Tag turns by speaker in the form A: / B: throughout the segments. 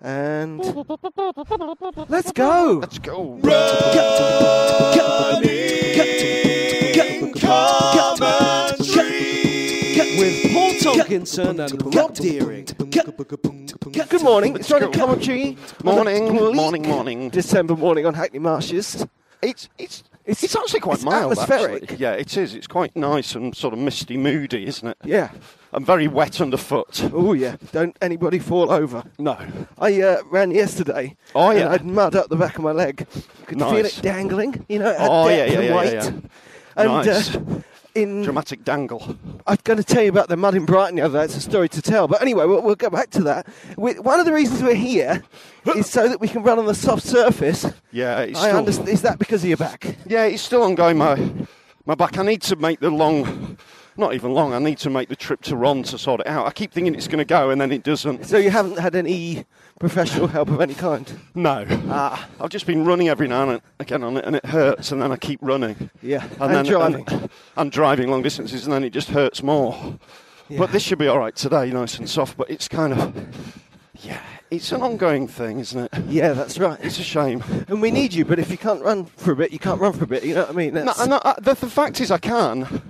A: And
B: Let's go.
A: let's go.
B: With Paul Tolkinson and Rob Deering. Good morning. It's Radio Commentary.
A: Morning,
B: On a bleak
A: morning, morning.
B: December morning on Hackney Marshes.
A: It's it's it's, actually quite
B: it's
A: mild.
B: atmospheric.
A: Actually. Yeah, it is. It's quite nice and sort of misty, moody, isn't it?
B: Yeah.
A: And very wet underfoot.
B: Oh yeah. Don't anybody fall over.
A: No.
B: I uh, ran yesterday.
A: Oh,
B: and
A: yeah.
B: I had mud up the back of my leg. You could feel
A: Nice.
B: it dangling. You know, it had
A: Oh, yeah,
B: depth
A: yeah,
B: and
A: yeah,
B: weight.
A: yeah, yeah.
B: And
A: Nice.
B: uh, in
A: Dramatic dangle.
B: I'm going to tell you about the mud in Brighton the other day. It's a story to tell. But anyway, we'll, we'll go back to that. We, one of the reasons we're here is so that we can run on the soft surface.
A: Yeah, it's
B: I
A: still-
B: understand. Is that because of your back?
A: Yeah, it's still ongoing. My my back. I need to make the long, not even long. I need to make the trip to Ron to sort it out. I keep thinking it's going to go, and then it doesn't.
B: So you haven't had any professional help of any kind?
A: No. Ah. I've just been running every now and again on it, and it hurts, and then I keep running.
B: Yeah,
A: And,
B: and
A: then
B: driving.
A: And, and driving long distances, and then it just hurts more.
B: Yeah.
A: But this should be all right today, nice and soft. But it's kind of, yeah, it's an ongoing thing, isn't it?
B: Yeah, that's right.
A: It's a shame.
B: And we need you, but if you can't run for a bit, you can't run for a bit. You know what I mean?
A: No,
B: That's,
A: no, I- the, the fact is, I can.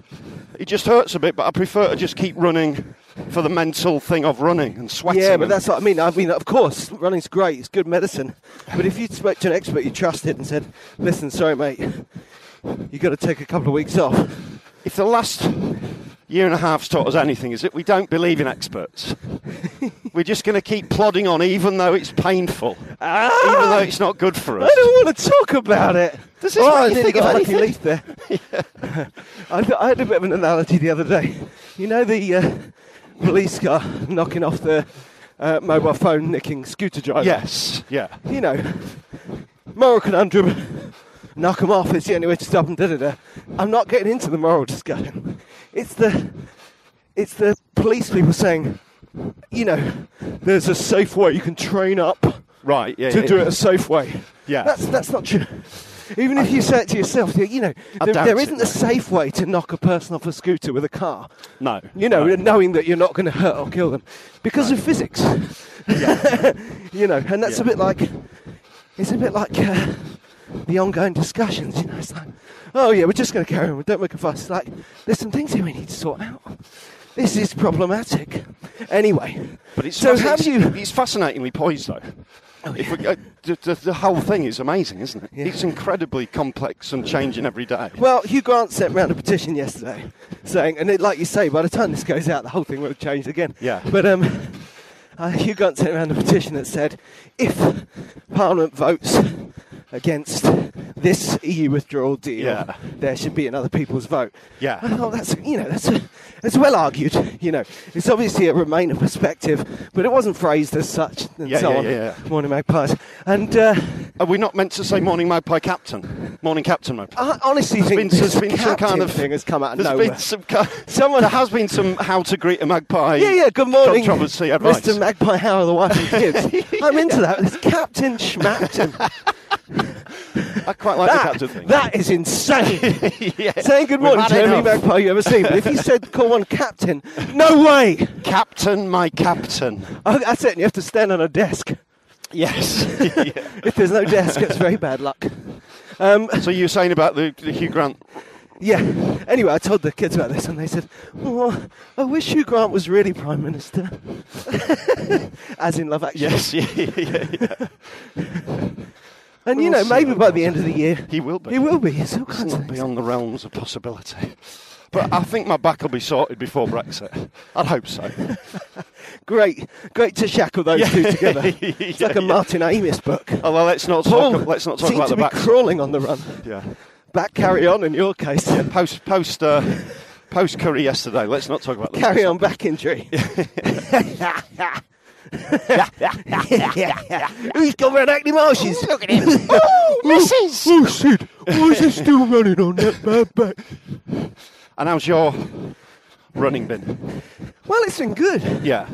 A: It just hurts a bit, but I prefer to just keep running for the mental thing of running and sweating.
B: yeah, but
A: and-
B: that's what I mean. I mean, of course, running's great. It's good medicine. But if you'd spoke to an expert you trusted and said, listen, sorry, mate, you've got to take a couple of weeks off.
A: if the last year and a half's taught us anything, is that we don't believe in experts. We're just going to keep plodding on, even though it's painful, even
B: Ah!
A: though it's not good for
B: I
A: us.
B: don't want to talk about it.
A: Does this
B: oh,
A: make
B: I
A: you
B: nearly
A: think
B: got
A: of
B: a lucky
A: anything?
B: leaf there. I, th- I had a bit of an analogy the other day. You know the uh, police car knocking off the uh, mobile phone nicking scooter driver?
A: Oh, Yes, yeah.
B: You know, moral conundrum, knock them off, it's the only way to stop them, da-da-da. I'm not getting into the moral discussion. It's the, it's the police people saying, you know, there's a safe way you can train up
A: Right, yeah.
B: to do it a safe way.
A: Yeah.
B: That's that's not true. Even if you say it to yourself, you you know,
A: I
B: there,
A: doubt
B: there
A: it,
B: isn't
A: no.
B: a safe way to knock a person off a scooter with a car.
A: No.
B: You know,
A: no.
B: knowing that you're not going to hurt or kill them because of physics. you know, and that's a
A: Yeah.
B: bit like, it's a bit like uh, the ongoing discussions, you know, it's like, oh yeah, we're just going to carry on, we don't make a fuss. It's like, there's some things here we need to sort out. This is problematic. Anyway,
A: But it's,
B: so
A: fasc-
B: how do you... Oh,
A: it's, it's fascinatingly poised, though. If we, uh, the, the, the whole thing is amazing, isn't it?
B: Yeah.
A: It's incredibly complex and changing every day.
B: Well, Hugh Grant sent round a petition yesterday saying, and it, like you say, by the time this goes out, the whole thing will have changed again.
A: Yeah.
B: But um, uh, Hugh Grant sent round a petition that said, if Parliament votes against this EU withdrawal deal,
A: Yeah.
B: there should be another people's vote.
A: Yeah.
B: I thought that's you know that's that's well argued. You know, it's obviously a Remainer perspective, but it wasn't phrased as such, and
A: Yeah,
B: so
A: yeah,
B: on.
A: yeah, yeah.
B: Morning magpies, and. Uh,
A: Are we not meant to say morning magpie captain? Morning captain magpie.
B: I honestly think
A: been- there's
B: this
A: been some kind
B: captain
A: of-
B: thing has come out of
A: There's
B: nowhere.
A: been some kind
B: Someone-
A: there has been some how to greet a magpie.
B: Yeah, yeah. Good morning,
A: Controversy advice.
B: Mr. Magpie How are the wife and kids? I'm into that. It's Captain Schmapton.
A: I quite like the
B: That,
A: captain thing.
B: that is insane.
A: yeah.
B: Saying good
A: We've
B: morning
A: had
B: to every
A: enough.
B: magpie you ever seen. But if you said call one captain, no way.
A: Captain, my captain.
B: Oh, that's it. You have to stand on a desk.
A: Yes.
B: If there's no desk, it's very bad luck. Um,
A: So you were saying about the, the Hugh Grant?
B: yeah. Anyway, I told the kids about this, and they said, "Oh, I wish Hugh Grant was really prime minister." As in Love Actually.
A: Yes. Yeah, yeah, yeah.
B: And you know,
A: We'll see
B: maybe
A: what
B: by the end
A: happens.
B: of the year,
A: He will be.
B: He will be. It's all kinds
A: It's
B: of
A: not
B: things.
A: beyond the realms of possibility. But I think my back will be sorted before Brexit. I'd hope so.
B: Great, great to shackle those two together. It's like a Martin Amis book.
A: Although let's not
B: Paul
A: talk. Oh, let's not talk
B: seemed
A: about
B: to
A: the
B: be
A: back.
B: crawling on the run.
A: yeah.
B: Back carry on in your case.
A: Post post uh, post curry yesterday. Let's not talk about the
B: carry on back injury. He's got redacting marshes. Oh, Look at him.
A: Mrs.
B: Oh, Sid, why is he still running on that bad back?
A: And how's your running been?
B: Well, it's been good.
A: Yeah.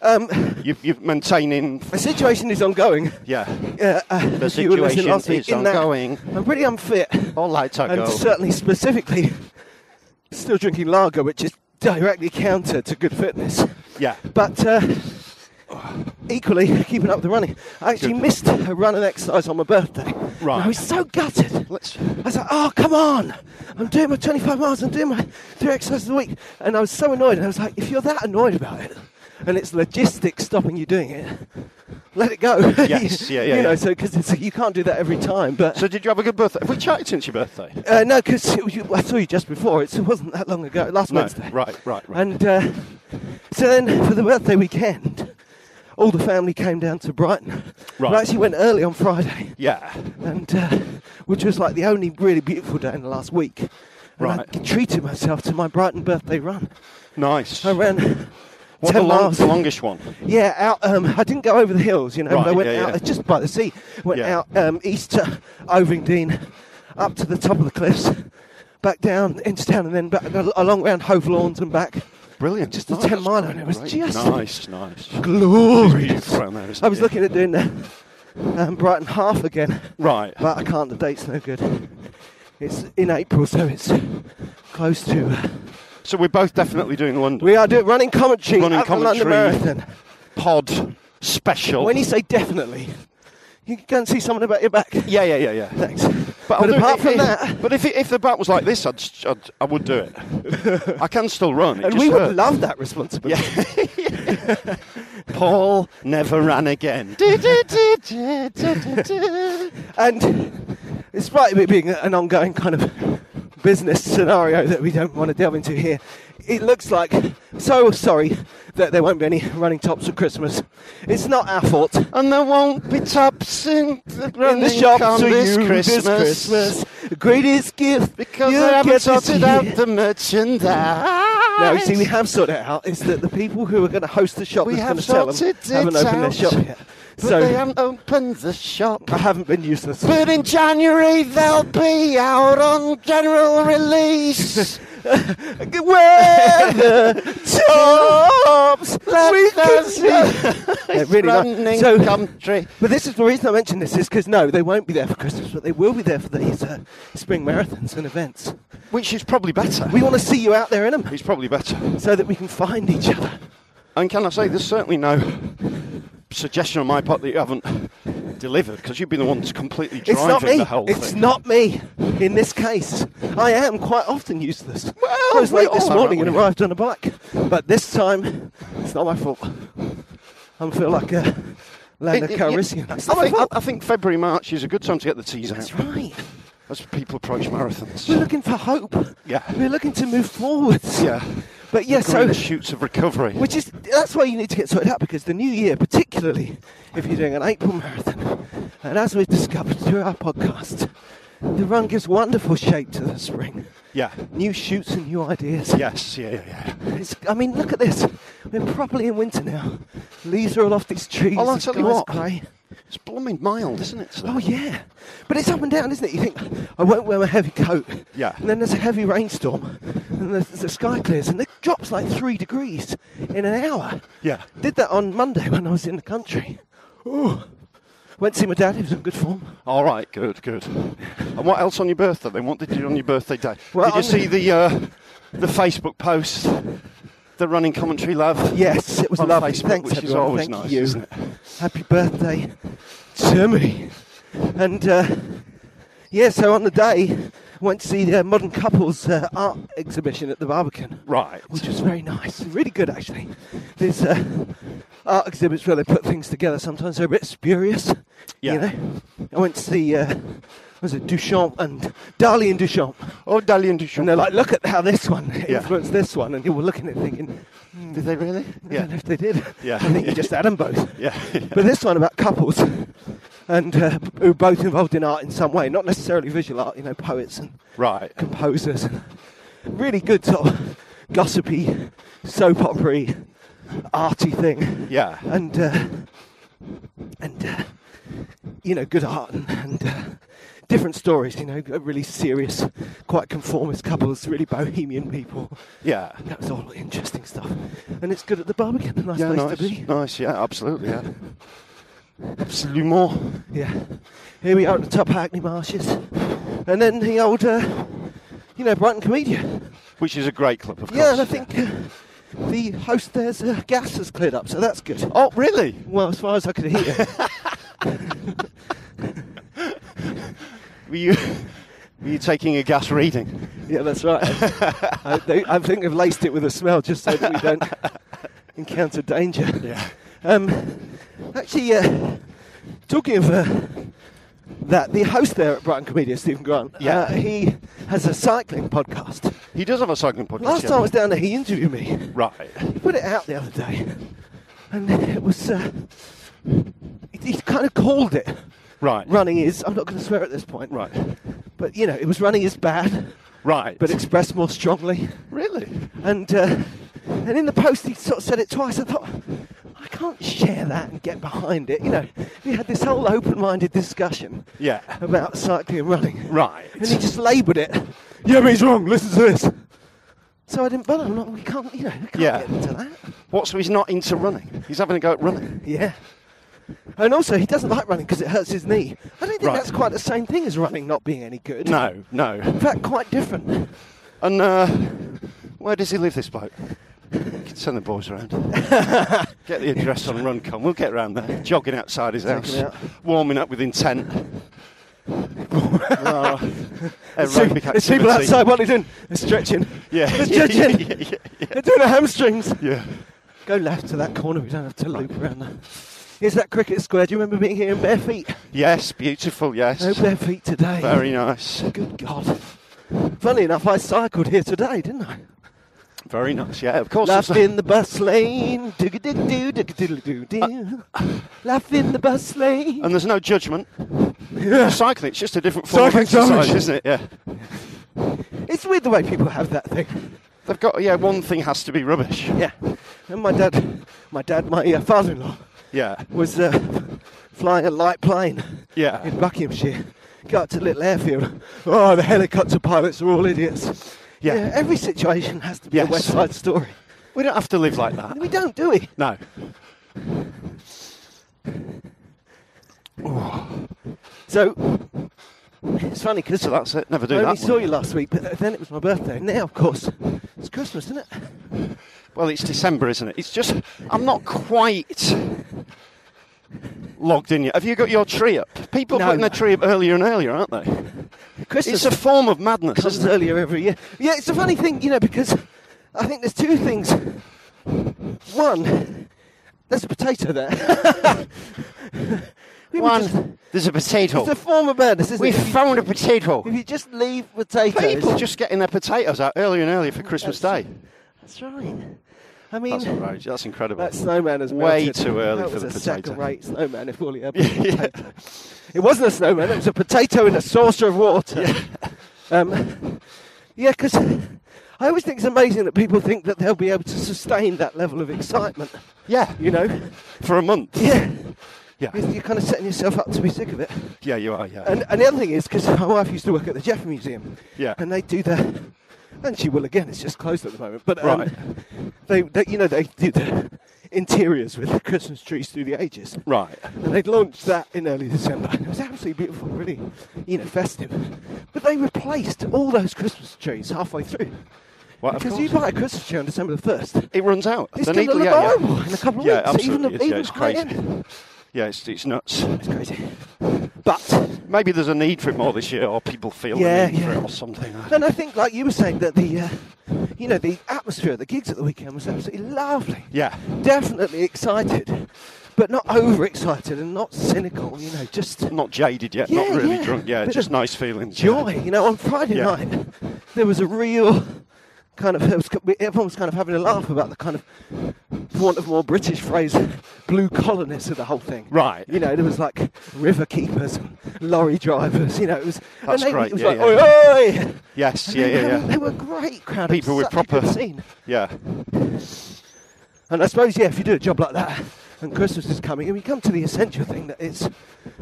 B: Um,
A: You've, you've maintaining.
B: the situation is ongoing.
A: Yeah.
B: Uh, uh,
A: The
B: if you were listening
A: situation
B: last week,
A: is
B: in that
A: ongoing.
B: I'm pretty unfit.
A: All lights are
B: and uh,
A: go.
B: certainly specifically still drinking lager, which is directly counter to good fitness.
A: Yeah.
B: But uh, equally, keeping up the running. I actually
A: Good.
B: missed a run and exercise on my birthday.
A: Right.
B: And I was so gutted.
A: Let's.
B: I was like, oh, come on. I'm doing my 25 miles. I'm doing my three exercises a week. And I was so annoyed. And I was like, if you're that annoyed about it, and it's logistics stopping you doing it, let it go.
A: Yes, yeah, yeah,
B: You know,
A: yeah.
B: so because you can't do that every time. But
A: So did you have a good birthday? Have we chatted since your birthday?
B: uh, no, because I saw you just before. It's- It wasn't that long ago, last
A: No,
B: Wednesday.
A: right, right, right.
B: And uh, so then for the birthday weekend, all the family came down to Brighton.
A: Right.
B: I actually went early on Friday,
A: Yeah.
B: and uh, which was like the only really beautiful day in the last week. And I
A: Right.
B: treated myself to my Brighton birthday run.
A: Nice.
B: I ran
A: What
B: 10
A: the, long,
B: miles.
A: the longest one?
B: Yeah, out. Um, I didn't go over the hills, you know. but I
A: Right,
B: went
A: yeah,
B: out uh,
A: yeah.
B: just by the sea. Went
A: Yeah.
B: out um, east to Ovingdean, up to the top of the cliffs, back down into town, and then back al- along round Hove Lawns and back.
A: Brilliant. Just
B: a 10 mile and it was just-
A: nice, nice.
B: Glorious.
A: Beautiful around there, isn't
B: I was
A: it?
B: looking at doing the um, Brighton half again,
A: Right.
B: but I can't. The date's no good. It's in April, so it's close to. uh,
A: So we're both definitely doing London.
B: we are doing running commentary
A: Running
B: at the London
A: commentary.
B: Marathon.
A: pod special.
B: When you say definitely, you can go and see someone about your back.
A: yeah, yeah, yeah, yeah.
B: Thanks.
A: But,
B: But,
A: I'll do-
B: apart
A: i-
B: from
A: i-
B: that,
A: but if it- if the bat was like this, I'd, st- I'd I would do it. I can still run. It
B: and
A: just
B: we would
A: hurts.
B: love that responsibility.
A: Paul never ran again.
B: And despite it being an ongoing kind of business scenario that we don't want to delve into here, it looks like so sorry that there won't be any running tops for Christmas. It's not our fault.
A: and there won't be tops in the,
B: In the shops for you this Christmas, the greatest gift
A: because
B: you
A: I haven't
B: get this
A: sorted out
B: year.
A: the merchandise.
B: No, you see, we have sorted it out. Is that the people who are going to host the shop
A: We
B: that's
A: have
B: going to sell them
A: sorted it
B: haven't opened their
A: out.
B: shop yet?
A: but
B: so
A: they haven't opened the shop.
B: I haven't been useless.
A: But in January they'll be out on general release.
B: Wear the tops. we can
A: us in
B: They're really not-
A: running
B: So-
A: country.
B: But this is the reason I mention this is because no, they won't be there for Christmas, but they will be there for these uh, spring marathons and events.
A: Which is probably better.
B: We want to see you out there in them
A: It's probably better.
B: so that we can find each other.
A: And can I say, there's certainly no suggestion on my part that you haven't delivered because you've been the one that's completely driving
B: it's not me.
A: the whole
B: It's
A: thing.
B: not me. In this case, I am quite often useless.
A: Well,
B: I was late
A: we
B: this
A: all are,
B: morning and
A: aren't we?
B: arrived on a bike, but this time it's not my fault. I feel like a
A: It-
B: Lando
A: it- it-
B: Calrissian.
A: I
B: It's not my
A: think, I,
B: fault.
A: I think February, March is a good time to get the teas
B: That's
A: out
B: right.
A: as people approach
B: We're
A: marathons.
B: looking for hope.
A: Yeah.
B: We're looking to move forwards.
A: Yeah.
B: But yeah, so
A: Green shoots of recovery.
B: Which is that's why you need to get sorted out because the new year, particularly if you're doing an April marathon, and as we've discovered through our podcast, the run gives wonderful shape to the spring.
A: yeah.
B: New shoots and new ideas.
A: Yes, yeah, yeah, yeah.
B: It's, I mean, look at this. We're properly in winter now. Leaves are all off these trees.
A: Oh, I'll
B: the
A: tell you
B: sky's
A: what.
B: grey.
A: It's blooming mild, isn't it? today?
B: Oh yeah, but it's up and down, isn't it? You think I won't wear my heavy coat.
A: Yeah.
B: And then there's a heavy rainstorm, and the, the sky clears, and it drops like three degrees in an hour.
A: Yeah.
B: Did that on Monday when I was in the country. Ooh. Went to see my dad, he was in good form.
A: All right, good, good. And what else on your birthday then? What did you do on your birthday day?
B: Well,
A: did you
B: on-
A: see the uh, the Facebook post, the running commentary lab?
B: Yes, it was
A: on
B: lovely.
A: Facebook,
B: Thanks,
A: which is
B: everyone.
A: always
B: Thank
A: nice,
B: you.
A: isn't it?
B: Happy birthday to me. And uh, yeah, so on the day, went to see the modern couples uh, art exhibition at the Barbican.
A: Right.
B: Which was very nice, really good actually. There's uh, art exhibits where they put things together. Sometimes they're a bit spurious.
A: Yeah.
B: You know, I went to see uh, was it Duchamp and Dali and Duchamp,
A: Oh, Dalian Duchamp.
B: and they're like, look at how this one
A: Yeah.
B: influenced this one, and you were looking at it thinking, "Hmm,
A: did they really?
B: I don't know
A: Yeah.
B: if they did.
A: Yeah.
B: I think you just had them both.
A: Yeah.
B: But this one about couples, and uh, who were both involved in art in some way, not necessarily visual art, you know, poets and
A: Right.
B: composers, and really good sort of gossipy, soap opery, arty thing,
A: Yeah.
B: and uh, and uh, you know, good art and, and uh, different stories. You know, really serious, quite conformist couples, really bohemian people.
A: Yeah.
B: That was all interesting stuff, and it's good at the Barbican. a Nice
A: yeah,
B: place
A: nice.
B: to be.
A: Nice, yeah, absolutely, yeah. Absolument.
B: Yeah. Here we are at the top of Hackney Marshes. And then the old, uh, you know, Brighton Comedia.
A: Which is a great club, of
B: Yeah,
A: course.
B: and I think uh, the host there's uh, gas has cleared up, so that's good.
A: Oh, really?
B: Well, as far as I could hear.
A: Were you, were you taking a gas reading?
B: yeah, that's right. I, they, I think I've laced it with a smell just so that we don't encounter danger.
A: Yeah.
B: Um, actually, uh, talking of uh, that, the host there at Brighton Comedia, Stephen Grant,
A: Yeah.
B: uh, he has a cycling podcast.
A: He does have a cycling podcast.
B: Last
A: yeah.
B: time I was down there, he interviewed me.
A: Right.
B: He put it out the other day, and it was. Uh, he, he kind of called it.
A: Right.
B: Running is. I'm not going to swear at this point.
A: Right.
B: But you know, it was running is bad,
A: Right.
B: but expressed more strongly.
A: really?
B: And uh, and in the post, he sort of said it twice. I thought. I can't share that and get behind it. You know, we had this whole open-minded discussion
A: Yeah.
B: about cycling and running.
A: Right.
B: And he just laboured it. Yeah, but he's wrong. Listen to this. So I didn't bother. I'm like, we can't, you know, we can't
A: Yeah.
B: get into that.
A: What, so he's not into running? He's having a go at running?
B: Yeah. And also, he doesn't like running because it hurts his knee. I don't think
A: Right.
B: that's quite the same thing as running not being any good.
A: No, no.
B: In fact, quite different.
A: And uh, where does he live, this bloke? You can send the boys around. get the address on Runcon. We'll get round there. Jogging outside his house.
B: it out.
A: Warming up with intent. Uh,
B: There's
A: aerobic
B: people
A: activity.
B: outside, what are they doing? They're stretching.
A: Yeah.
B: They're stretching.
A: yeah, yeah, yeah,
B: They're doing their hamstrings.
A: yeah.
B: Go left to that corner. We don't have to loop around there. Here's that cricket square. Do you remember being here in bare feet?
A: Yes, beautiful, yes.
B: No bare feet today.
A: Very nice.
B: Good God. Funny enough, I cycled here today, didn't I?
A: Very nice, yeah, of course.
B: Left
A: it's-
B: in the bus lane, dig dig doo dig diddle doo
A: Uh,
B: Left in the bus lane.
A: And there's no judgment. Cycling, it's just a different form
B: Cycling's
A: of exercise,
B: rubbish.
A: isn't it? Yeah.
B: It's weird the way people have that thing.
A: They've got, yeah, one thing has to be rubbish.
B: Yeah. And my dad, my dad, my uh, father-in-law
A: Yeah.
B: was uh, flying a light plane
A: Yeah.
B: in Buckinghamshire. Got to Little Airfield. Oh, the helicopter pilots are all idiots.
A: Yeah.
B: every situation has to be
A: Yes.
B: a West Side Story.
A: We don't have to live like that.
B: We don't, do we?
A: No.
B: So it's funny because
A: So that's it. Never do
B: I
A: that.
B: only
A: one.
B: saw you last week, but then it was my birthday. Now, of course, it's Christmas, isn't it?
A: Well, it's December, isn't it? It's just I'm not quite logged in yet. Have you got your tree up? People are
B: No.
A: putting their tree up earlier and earlier, aren't they?
B: Christmas
A: It's a form of madness,
B: comes
A: isn't it?
B: earlier every year. Yeah, it's a funny thing, you know, because I think there's two things. One, there's a potato there. we were just-
A: One, there's a potato.
B: it's a form of madness, isn't
A: we
B: it? If you-
A: found a potato.
B: If you just leave potatoes,
A: People just getting their potatoes out earlier and earlier for Christmas Day.
B: that's right. I mean,
A: That's outrageous. That's incredible.
B: that snowman has
A: way
B: melted.
A: too early
B: that
A: for
B: was
A: the
B: a
A: potato.
B: second-rate snowman, if all he had been a
A: Yeah.
B: potato. It wasn't a snowman. It was a potato in a saucer of water. Yeah, um, yeah, because I always think it's amazing that people think that they'll be able to sustain that level of excitement.
A: yeah,
B: You know?
A: for a month.
B: Yeah.
A: yeah,
B: You're, you're kind of setting yourself up to be sick of it.
A: yeah. You are. Yeah,
B: And, and the other thing is because my wife used to work at the Jeff Museum.
A: Yeah.
B: And they do the, and she will again. It's just closed at the moment. But um,
A: Right.
B: they, they, you know, they do the interiors with the Christmas trees through the ages.
A: Right.
B: And they'd launched that in early December. It was absolutely beautiful, really, you know, festive. But they replaced all those Christmas trees halfway through.
A: Well, of
B: because
A: course.
B: you buy a Christmas tree on December the 1st.
A: It runs out.
B: It's
A: The
B: still
A: needle-
B: available in a couple of
A: yeah,
B: weeks,
A: Absolutely.
B: even-
A: it's, yeah,
B: even
A: it's
B: high
A: crazy.
B: end.
A: Yeah, it's, it's nuts.
B: It's crazy.
A: But maybe there's a need for it more this year, or people feel
B: Yeah,
A: the need for
B: yeah.
A: it or something. I-
B: Then I think, like you were saying, that the uh, you know the atmosphere at the gigs at the weekend was absolutely lovely.
A: Yeah.
B: definitely excited, but not overexcited and not cynical. You know, just
A: Not jaded yet,
B: Yeah,
A: not really
B: yeah.
A: drunk. Yeah,
B: But
A: just
B: just
A: nice feelings. yeah.
B: joy. You know, on Friday
A: Yeah.
B: night there was a real kind of it was, everyone was kind of having a laugh about the kind of, for want of a more British phrase, blue collarness of the whole thing.
A: Right.
B: You know, there was like river keepers, and lorry drivers. You know, it was. and
A: That's
B: they,
A: great,
B: It was
A: yeah,
B: like,
A: yeah.
B: oi, oi.
A: Yes,
B: And
A: yeah,
B: they, were
A: yeah,
B: having-
A: yeah.
B: They were great crowd. It
A: People
B: was
A: with
B: such a good
A: proper-
B: scene.
A: Yeah.
B: And I suppose, yeah, if you do a job like that, and Christmas is coming, and we come to the essential thing that it's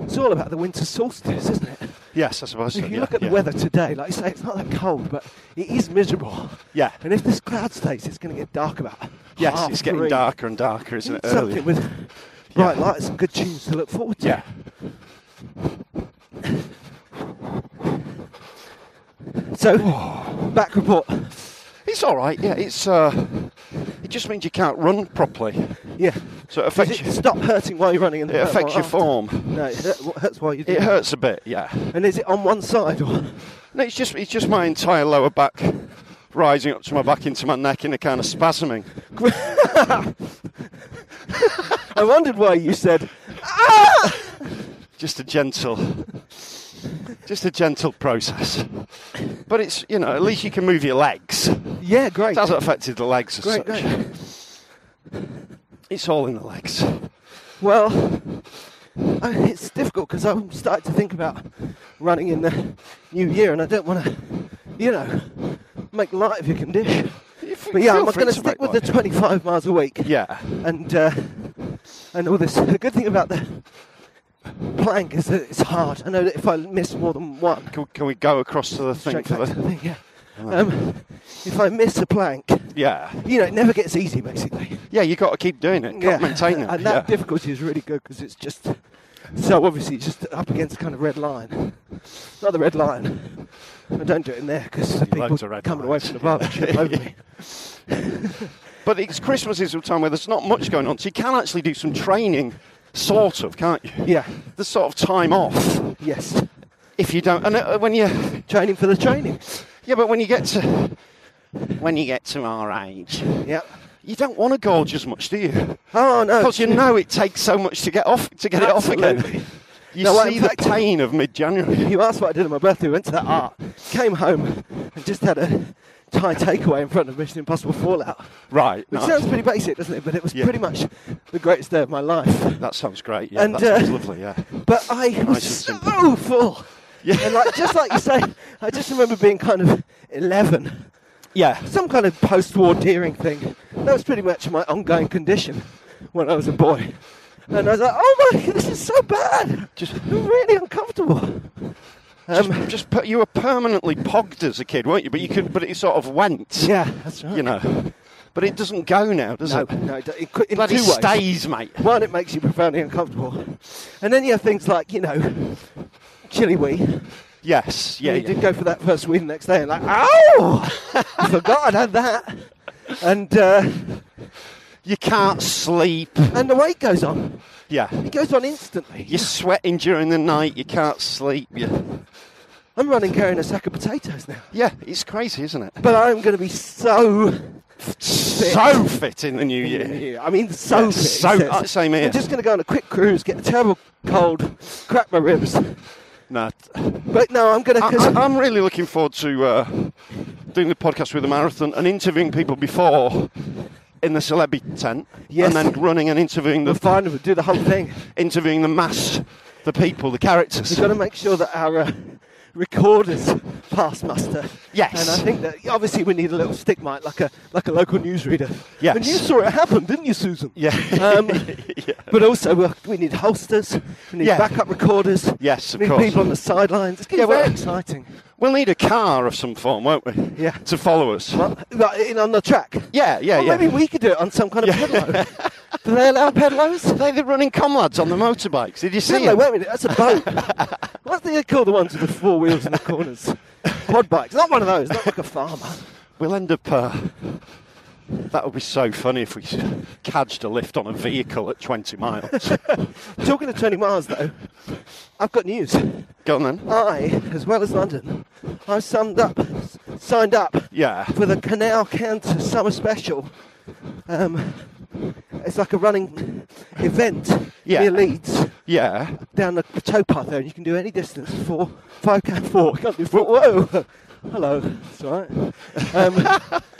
B: it's all about the winter solstice, isn't it?
A: Yes, I suppose. so,
B: if you
A: yeah,
B: look at
A: yeah.
B: the weather today, like you say, it's not that cold, but it is miserable.
A: Yeah.
B: And if this cloud stays, it's going to get dark about.
A: Yes,
B: half
A: it's getting
B: three.
A: darker and darker, isn't it?
B: Need Something
A: early?
B: with
A: Yeah.
B: bright lights and good tunes to look forward to.
A: Yeah.
B: So, back report.
A: It's all right. Yeah, it's. Uh, it just means you can't run properly,
B: Yeah.
A: so it
B: Does
A: affects
B: it
A: you.
B: stop hurting while you're running? And
A: It
B: hurt
A: affects
B: while
A: your
B: after?
A: form.
B: No, it hurt- hurts while you do
A: It hurts a bit. Yeah.
B: And is it on one side or?
A: No, it's just it's just my entire lower back rising up to my back into my neck in a kind of spasming.
B: I wondered why you said
A: Just a gentle, just a gentle process. But it's you know at least you can move your legs. It
B: Yeah, great.
A: hasn't affected the legs as
B: great,
A: such.
B: great.
A: It's all in the legs.
B: Well, I, it's difficult because I'm starting to think about running in the new year, and I don't want to, you know, make light of your condition.
A: If-
B: But yeah,
A: feel
B: I'm
A: free
B: going to
A: to
B: stick
A: make
B: with the
A: one.
B: 25 miles a week.
A: Yeah.
B: And uh, and all this. The good thing about the plank is that it's hard. I know that if I miss more than one,
A: Can, can we go across to the thing?
B: straight
A: For
B: back to the
A: the,
B: thing. Yeah. Um, if I miss a plank,
A: yeah.
B: you know, it never gets easy basically.
A: Yeah, you got to keep doing it. Can't maintain it.
B: And that
A: yeah.
B: difficulty is really good because it's just so obviously it's just up against a kind of red line. Not the red line. I don't do it in there because the people
A: loads of red
B: coming
A: lines.
B: away from the bar trip over me.
A: But it's Christmas is a time where there's not much going on, so you can actually do some training, sort of, can't you?
B: Yeah.
A: The sort of time off
B: Yes.
A: if you don't. And uh, when you,
B: Training for the training.
A: yeah, but when you get to, when you get to our age,
B: Yeah.
A: you don't want to gorge as much, do you?
B: Oh no.
A: Because you know it takes so much to get off to get it off
B: Absolutely.
A: again. You
B: No, well,
A: see
B: in
A: the
B: fact-
A: pain of mid-January.
B: You asked what I did on my birthday. We went to that art. Came home and just had a Thai takeaway in front of Mission Impossible Fallout.
A: Right.
B: Which
A: nice.
B: sounds pretty basic, doesn't it? But it was
A: Yeah.
B: pretty much the greatest day of my life.
A: that sounds great. Yeah,
B: And,
A: that sounds
B: uh,
A: lovely. Yeah.
B: But I was
A: and
B: so
A: simple.
B: full.
A: Yeah.
B: And like, just like you say, I just remember being kind of 11.
A: Yeah.
B: Some kind of post-war deering thing. That was pretty much my ongoing condition when I was a boy. And I was like, oh my, this is so bad. Just really uncomfortable. Um,
A: Just put, you were permanently pogged as a kid, weren't you? But you could, but it sort of went.
B: yeah, that's right.
A: you know. But it doesn't go now, does
B: no,
A: it?
B: no, it, it could, in
A: Bloody
B: two ways.
A: stays, mate.
B: One, it makes you profoundly uncomfortable. And then you have things like, you know, chili wee.
A: Yes, yeah,
B: Yeah, you
A: yeah.
B: did go for that first win the next day, and like, ow! I forgot I'd had that. And uh,
A: You can't sleep.
B: and the weight goes on.
A: Yeah.
B: It goes on instantly.
A: You're sweating during the night. You can't sleep. Yeah,
B: I'm running carrying a sack of potatoes now.
A: yeah it's crazy, isn't it?
B: But I'm going to be so
A: So fit in the new
B: in the
A: year.
B: new- I mean, so
A: Yeah,
B: fit,
A: so-
B: it says.
A: uh, same here.
B: I'm just going to go on a quick cruise, get a terrible cold, crack my ribs.
A: No, t-
B: But no, I'm going to.
A: I,
B: Cause
A: I- I'm really looking forward to uh, doing the podcast with the marathon and interviewing people before in the celebrity tent,
B: Yes.
A: and then running and interviewing
B: we're
A: the
B: fine. We'll do the whole thing.
A: interviewing the mass, the people, the characters.
B: We've got to make sure that our uh, recorders pass muster.
A: Yes.
B: And I think that obviously we need a little stick mic, like a like a local newsreader.
A: Yes.
B: And you saw it happen, didn't you, Susan?
A: Yeah.
B: Um, But also we we need holsters. We need
A: Yeah.
B: backup recorders.
A: Yes, of
B: we need
A: course.
B: people on the sidelines. It's getting
A: Yeah, well-
B: very exciting.
A: We'll need a car of some form, won't we?
B: Yeah.
A: To follow us.
B: Well, like, in on the track.
A: Yeah, yeah,
B: Or
A: yeah.
B: Maybe we could do it on some kind of
A: Yeah.
B: pillow. Do they allow pedalos?
A: They, they're running comrades on the motorbikes. Did you see
B: Pedalo,
A: them?
B: wait a minute, that's a boat. What's the call the ones with the four wheels and the corners? Pod bikes. Not one of those, not like a farmer.
A: We'll end up. Uh, that would be so funny if we s- cadged a lift on a vehicle at 20 miles.
B: Talking to Tony Mars though, I've got news.
A: Go on then.
B: I, as well as London, I signed up, signed up
A: Yeah.
B: for the Canal Kent Summer Special. Um, it's like a running event
A: Yeah.
B: near Leeds,
A: Yeah.
B: down the towpath there, and you can do any distance for 5k four. Can't do four. Whoa, hello, it's all right. Um,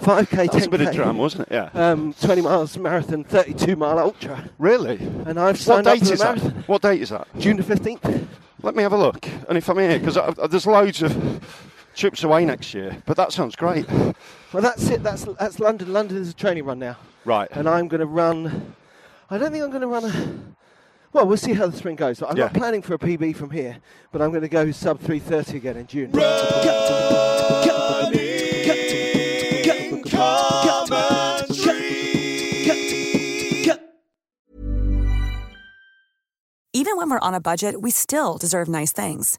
B: 5k,
A: That's
B: 10k,
A: a bit of drama, wasn't it? Yeah.
B: Um, 20 miles marathon, 32 mile ultra,
A: really?
B: and I've
A: What
B: signed up
A: date
B: for the
A: is that?
B: marathon.
A: What date is that?
B: June the 15th.
A: Let me have a look. And if I'm here, because there's loads of trips away next year. But that sounds great.
B: Well, that's it. That's that's London. London is a training run now,
A: Right.
B: and I'm going to run. I don't think I'm going to run a. Well, we'll see how the spring goes. I'm not
A: Yeah.
B: planning for a PB from here, but I'm going to go sub 3:30 again in June.
C: Even when we're on a budget, we still deserve nice things.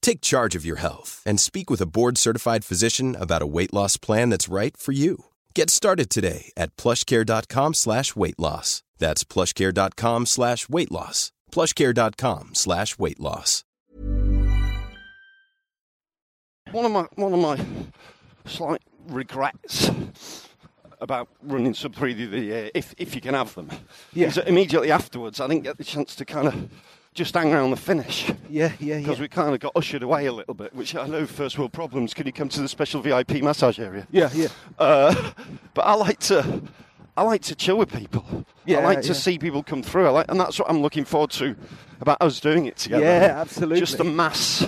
D: Take charge of your health and speak with a board-certified physician about a weight loss plan that's right for you. Get started today at plushcare.com slash weight loss. That's plushcare.com slash weight loss. plushcare.com slash weight loss.
A: One of my one of my slight regrets about running sub three of the year, if if you can have them,
B: Yeah.
A: is that immediately afterwards I didn't get the chance to kind of just hang around the finish
B: Yeah, yeah, yeah.
A: because we kind of got ushered away a little bit. Which I know first world problems. Can you come to the special VIP massage area?
B: yeah, yeah.
A: Uh, but I like to. I like to chill with people. I
B: Yeah,
A: like to
B: yeah.
A: see people come through. I like, and that's what I'm looking forward to about us doing it together.
B: Yeah, absolutely.
A: Just the mass,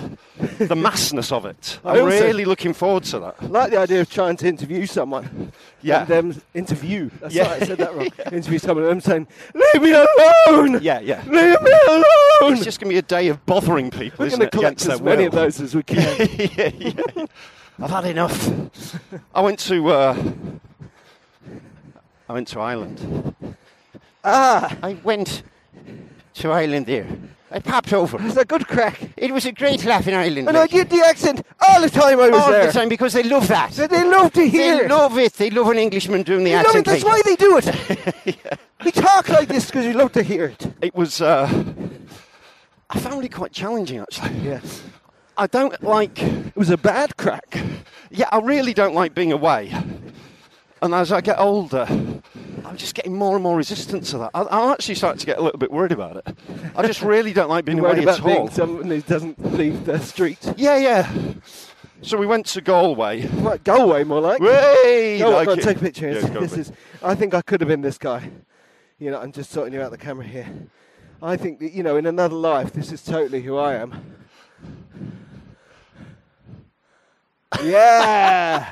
A: the massness of it.
B: I
A: I'm
B: also-
A: really looking forward to that.
B: like the idea of trying to interview someone.
A: Yeah.
B: And them interview. That's
A: Yeah.
B: right, I said that wrong. Interview someone and them saying, "Leave me alone."
A: Yeah, yeah.
B: Leave me alone.
A: It's just going to be a day of bothering people.
B: um, We're
A: isn't
B: going to
A: it,
B: collect
A: against
B: as
A: their
B: many
A: will.
B: of those as we can.
A: yeah, yeah. I've had enough. I went to. Uh, I went to Ireland. Ah! I went to Ireland there. I popped over.
B: it's a good crack.
A: It was a great laugh in Ireland.
B: And I
A: mate.
B: did the accent all the time I was
A: all
B: there.
A: the time because they love that.
B: They- They love to hear
A: They
B: it.
A: love it. They love an Englishman doing the
B: They love
A: accent.
B: it. That's
A: thing.
B: why they do it. We talk like this because we love to hear it.
A: It was. Uh, I found it quite challenging actually.
B: Yeah.
A: I don't like.
B: It was a bad crack.
A: Yeah, I really don't like being away. And as I get older, I'm just getting more and more resistant to that. I, I'm actually starting to get a little bit worried about it. I just really don't like being
B: You're worried
A: away
B: about
A: at all.
B: being someone who doesn't leave the street.
A: Yeah, yeah. So we went to Galway.
B: Right, go away, more like.
A: Way,
B: Go on,
A: like
B: go on,
A: it.
B: take a picture.
A: Yeah,
B: It's-
A: go on,
B: this
A: mate.
B: is. I think I could have been this guy. You know, I'm just sorting you out the camera here. I think that you know, in another life, this is totally who I am. Yeah.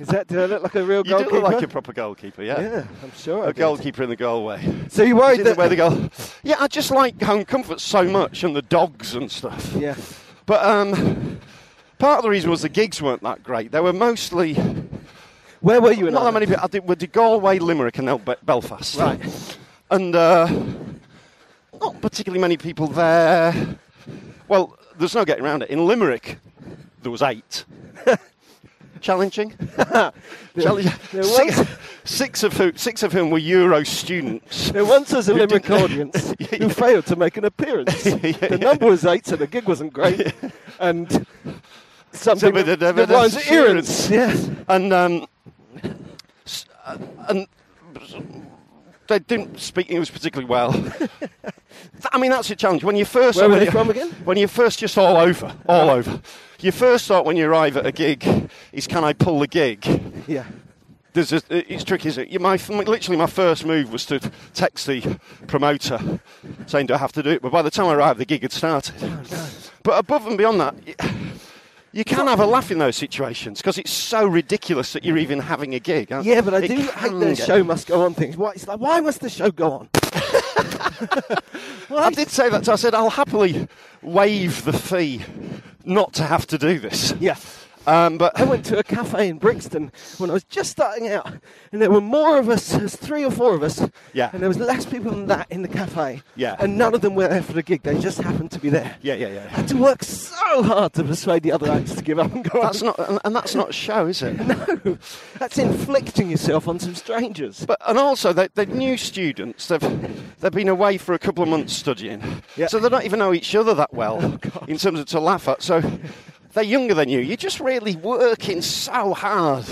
B: is that? Do I look like a real
A: You do
B: goalkeeper?
A: look like a proper goalkeeper, yeah?
B: yeah, I'm sure. I
A: A
B: did.
A: goalkeeper in the Galway.
B: So you worried
A: Didn't
B: that?
A: wear the goal. Yeah, I just like home comfort so much and the dogs and stuff.
B: yeah.
A: But um, Part of the reason was the gigs weren't that great. They were mostly
B: Where were you in
A: not that
B: Ireland?
A: many. People. I did, we did Galway, Limerick, and now Be- Belfast. Right. And uh, not particularly many people there. Well, there's no getting around it. In Limerick, there was eight. Challenging. Challenge-
B: there
A: six,
B: was-
A: six of who, six of whom were Euro students.
B: There once was a
A: Who
B: Limerick
A: didn't-
B: audience who failed to make an appearance. the number was eight, so the gig wasn't great, and something
A: Somebody
B: that,
A: that never
B: that rhymes
A: does
B: with earrings. Yeah,
A: and um, s- uh, and they didn't speak English particularly well. Th- I mean, that's a challenge when you first.
B: Where were
A: when
B: they
A: you-
B: from again?
A: When you first just all over, all over. Your first thought when you arrive at a gig is, "Can I pull the gig?"
B: yeah.
A: There's a, uh, it's tricky, is it? You- My, f- my- literally, my first move was to text the promoter saying, Do I have to do it? But by the time I arrived, the gig had started.
B: Oh,
A: But above and beyond that, y- you can have a laugh in those situations because it's so ridiculous that you're even having a gig. aren't-
B: Yeah, but I
A: it
B: do hate
A: can
B: the
A: get-
B: show must go on things. Why, it's like, why must the show go on?
A: I did say that, so I said, I'll happily waive the fee not to have to do this.
B: Yeah.
A: Um, but
B: I went to a cafe in Brixton when I was just starting out, and there were more of us, there was three or four of us,
A: Yeah.
B: and there was less people than that in the cafe,
A: Yeah.
B: and none of them were there for the gig. They just happened to be there.
A: yeah, yeah, yeah.
B: I had to work so hard to persuade the other acts to give up and go on.
A: That's not, and- and that's not a show, is it?
B: That's inflicting yourself on some strangers.
A: But and also they, they're new students. They've they've been away for a couple of months studying,
B: Yeah.
A: so they don't even know each other that well in terms of to laugh at. So they're younger than you. You're just really working so hard.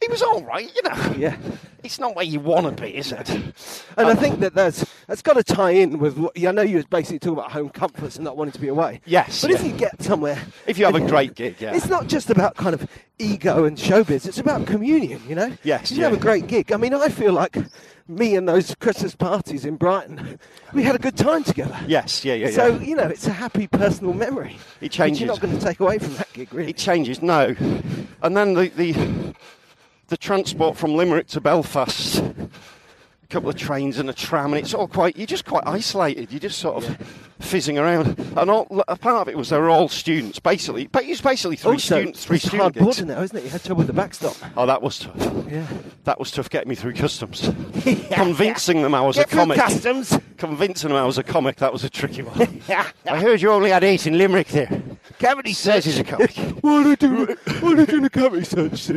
A: It was all right, you know.
B: Yeah.
A: It's not where you want to be, is it?
B: And
A: Um,
B: I think that that's that's got to tie in with what I know you were basically talking about home comforts and not wanting to be away.
A: Yes,
B: But if
A: yeah.
B: you get somewhere,
A: If you have a
B: and-
A: great gig, yeah.
B: It's not just about kind of ego and showbiz. It's about communion, you know.
A: Yes,
B: If you have a
A: yeah.
B: great gig. I mean, I feel like me and those Christmas parties in Brighton, we had a good time together.
A: Yes, yeah, yeah, yeah.
B: So you know, it's a happy personal memory.
A: It
B: Which you're
A: changes.
B: not going to take away from that gig, really.
A: it changes no and then the, the the transport from limerick to belfast a couple of trains and a tram and it's all quite you're just quite isolated you're just sort of fizzing around and all a part of it was they were all students basically but it's basically three
B: also,
A: students three
B: it's
A: student
B: hard
A: gigs.
B: border now, isn't it? You had trouble with the backstop.
A: oh that was tough
B: Yeah.
A: that was tough getting me through customs convincing them i was
B: Get
A: a
B: through
A: comic
B: customs.
A: convincing them i was a comic that was a tricky one i heard you only had eight in limerick there cavity says he's a comic
B: Why do I do? Why do I do the cavity search?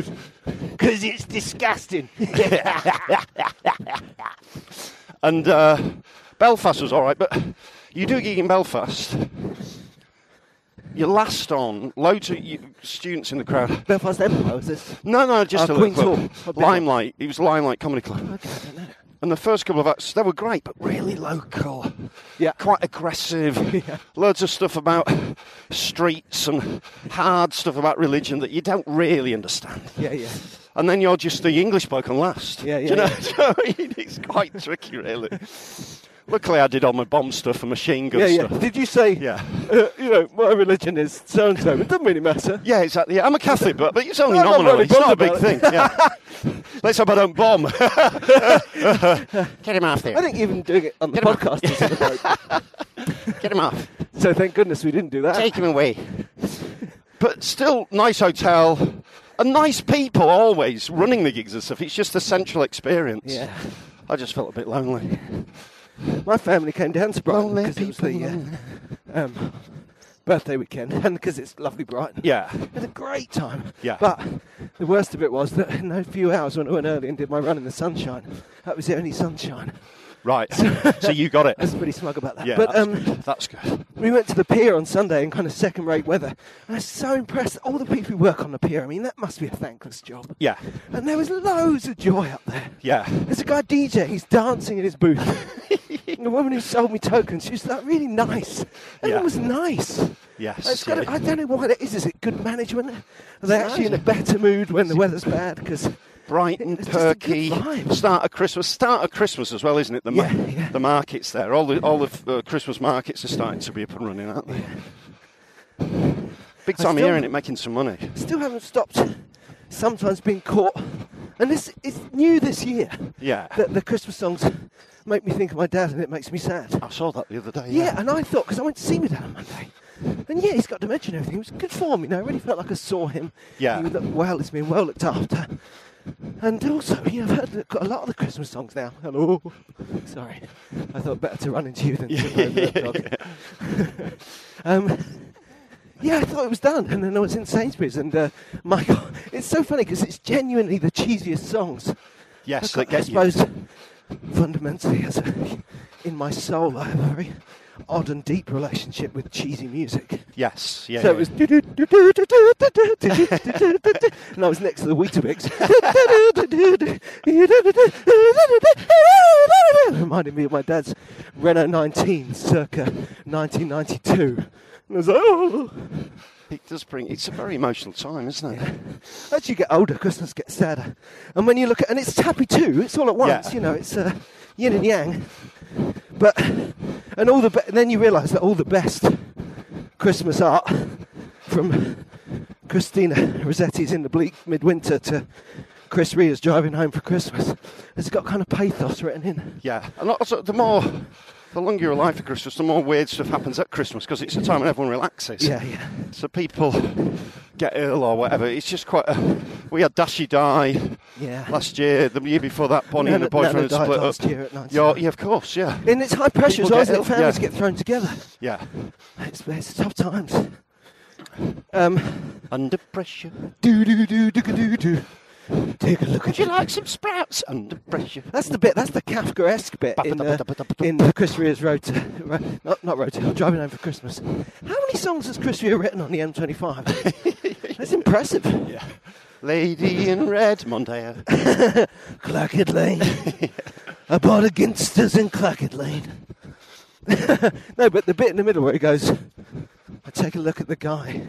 A: Because it's disgusting. and uh, Belfast was all right, but you do a gig in Belfast, you're last on, loads of you, students in the crowd.
B: Belfast Empire was this?
A: No, no, just
B: Uh,
A: a little
B: Queen's
A: club.
B: Hall. A big one.
A: Limelight. It was Limelight Comedy Club. And the first couple of acts, they were great, but really local.
B: Yeah.
A: Quite aggressive. Loads of stuff about streets and hard stuff about religion that you don't really understand
B: Yeah, yeah.
A: and then you're just the English bloke on last.
B: Yeah,
A: Do
B: yeah,
A: you know?
B: yeah.
A: So, I mean, it's quite tricky, really. Luckily, I did all my bomb stuff and machine gun
B: yeah, yeah.
A: stuff.
B: Did you say,
A: Yeah.
B: uh, you know, my religion is so and so? It doesn't really matter.
A: Yeah, exactly. Yeah, I'm a Catholic, but, but it's only
B: No, I'm not
A: nominal.
B: really
A: it's not a big
B: bothered
A: thing. Yeah. Let's hope I don't bomb. Get him off there.
B: I think even doing it on the
A: Get him
B: podcast is a joke.
A: Get him off.
B: So thank goodness we didn't do that.
A: Take him away. But still, nice hotel and nice people always running the gigs and stuff. It's just the central experience.
B: Yeah.
A: I just felt a bit lonely.
B: My family came down to Brighton
A: Lonely
B: because it was
A: people,
B: the uh, um, birthday weekend and because it's lovely Brighton.
A: Yeah.
B: Had a great time.
A: Yeah.
B: But the worst of it was that in a few hours when I went early and did my run in the sunshine, that was the only sunshine.
A: Right. so you got it.
B: I was pretty smug about that.
A: Yeah,
B: but
A: that's,
B: um,
A: good. that's good.
B: We went to the pier on Sunday in kind of second rate weather. And I was so impressed. All the people who work on the pier, I mean, that must be a thankless job.
A: Yeah,
B: And there was loads of joy up there.
A: yeah.
B: There's a guy, DJ, he's dancing in his booth. and the woman who sold me tokens, she was like, really nice. Everyone
A: Yeah.
B: was nice.
A: Yes,
B: It's got to-
A: yeah.
B: I don't know why that is. Is it good management? Are they actually in a better mood when the weather's bad? Because
A: Brighton,
B: It's just a good
A: Turkey,
B: vibe.
A: start of Christmas, start of Christmas as well, isn't it? The,
B: Yeah, yeah.
A: the markets there, all the all the uh, Christmas markets are starting to be up and running, aren't they? Big
B: I
A: time
B: still-
A: here, isn't it? Making some money.
B: still haven't stopped sometimes being caught. And this it's new this year.
A: Yeah.
B: That the Christmas songs make me think of my dad and it makes me sad.
A: Oh, I saw that the other day.
B: Yeah, and I thought, because I went to see my dad on Monday, And yeah, he's got dementia and everything. It was good form, you know. I really felt like I saw him.
A: Yeah.
B: He looked well, it's been well looked after. And also, you know, I've heard got a lot of the Christmas songs now. Hello. Sorry. I thought better to run into you than to my dog. um, yeah, I thought it was done, and then I was in Sainsbury's, and uh, my God, it's so funny because it's genuinely the cheesiest songs.
A: Yes,
B: Look,
A: that get
B: I
A: you.
B: suppose fundamentally, as a, in my soul, I have a very odd and deep relationship with cheesy music.
A: Yes, yeah.
B: so
A: yeah.
B: it was, do-do-do-do-do-do-do-do-do-do-do-do, and I was next to the Weetabix. Reminded me of my dad's Renault 19, circa 1992. And I was like, oh.
A: It does bring. It's a very emotional time, isn't it?
B: as you get older, Christmas gets sadder. And when you look at, and it's happy too, it's all at once,
A: Yeah.
B: you know, it's uh, yin and yang. But, and all the, be- then you realise that all the best Christmas art from Christina Rossetti's In the Bleak Midwinter to Chris Rea's Driving Home for Christmas has got kind of pathos written in.
A: Yeah, and also the more, the longer you're alive for Christmas, the more weird stuff happens at Christmas because it's a time when everyone relaxes.
B: Yeah, yeah.
A: So people get ill or whatever. It's just quite. A, we had Dashy die
B: Yeah.
A: last year. The year before that, Bonnie and
B: Nana-
A: her boyfriend
B: Nana
A: had
B: died
A: split
B: last
A: up.
B: year at 19.
A: Yeah, yeah, of course, yeah,
B: And it's high pressure as well,
A: People
B: isn't it?
A: get ill,
B: Families
A: yeah.
B: get thrown together.
A: yeah.
B: It's, it's tough times. Um,
A: Under pressure.
B: do do do do do do. Take a look
A: Would
B: at
A: you
B: you.
A: like some sprouts? Under pressure.
B: That's the bit. That's the Kafkaesque bit in, uh, in uh, Chris Rea's Road to Ro- not not Road to Hell, Driving Home for Christmas. How many songs has Chris Rea written on the M25? That's impressive. Yeah.
A: Lady in red, Mondeo.
B: Clackett Lane. I bought against us in Clackett Lane. no, but the bit in the middle where he goes, I take a look at the guy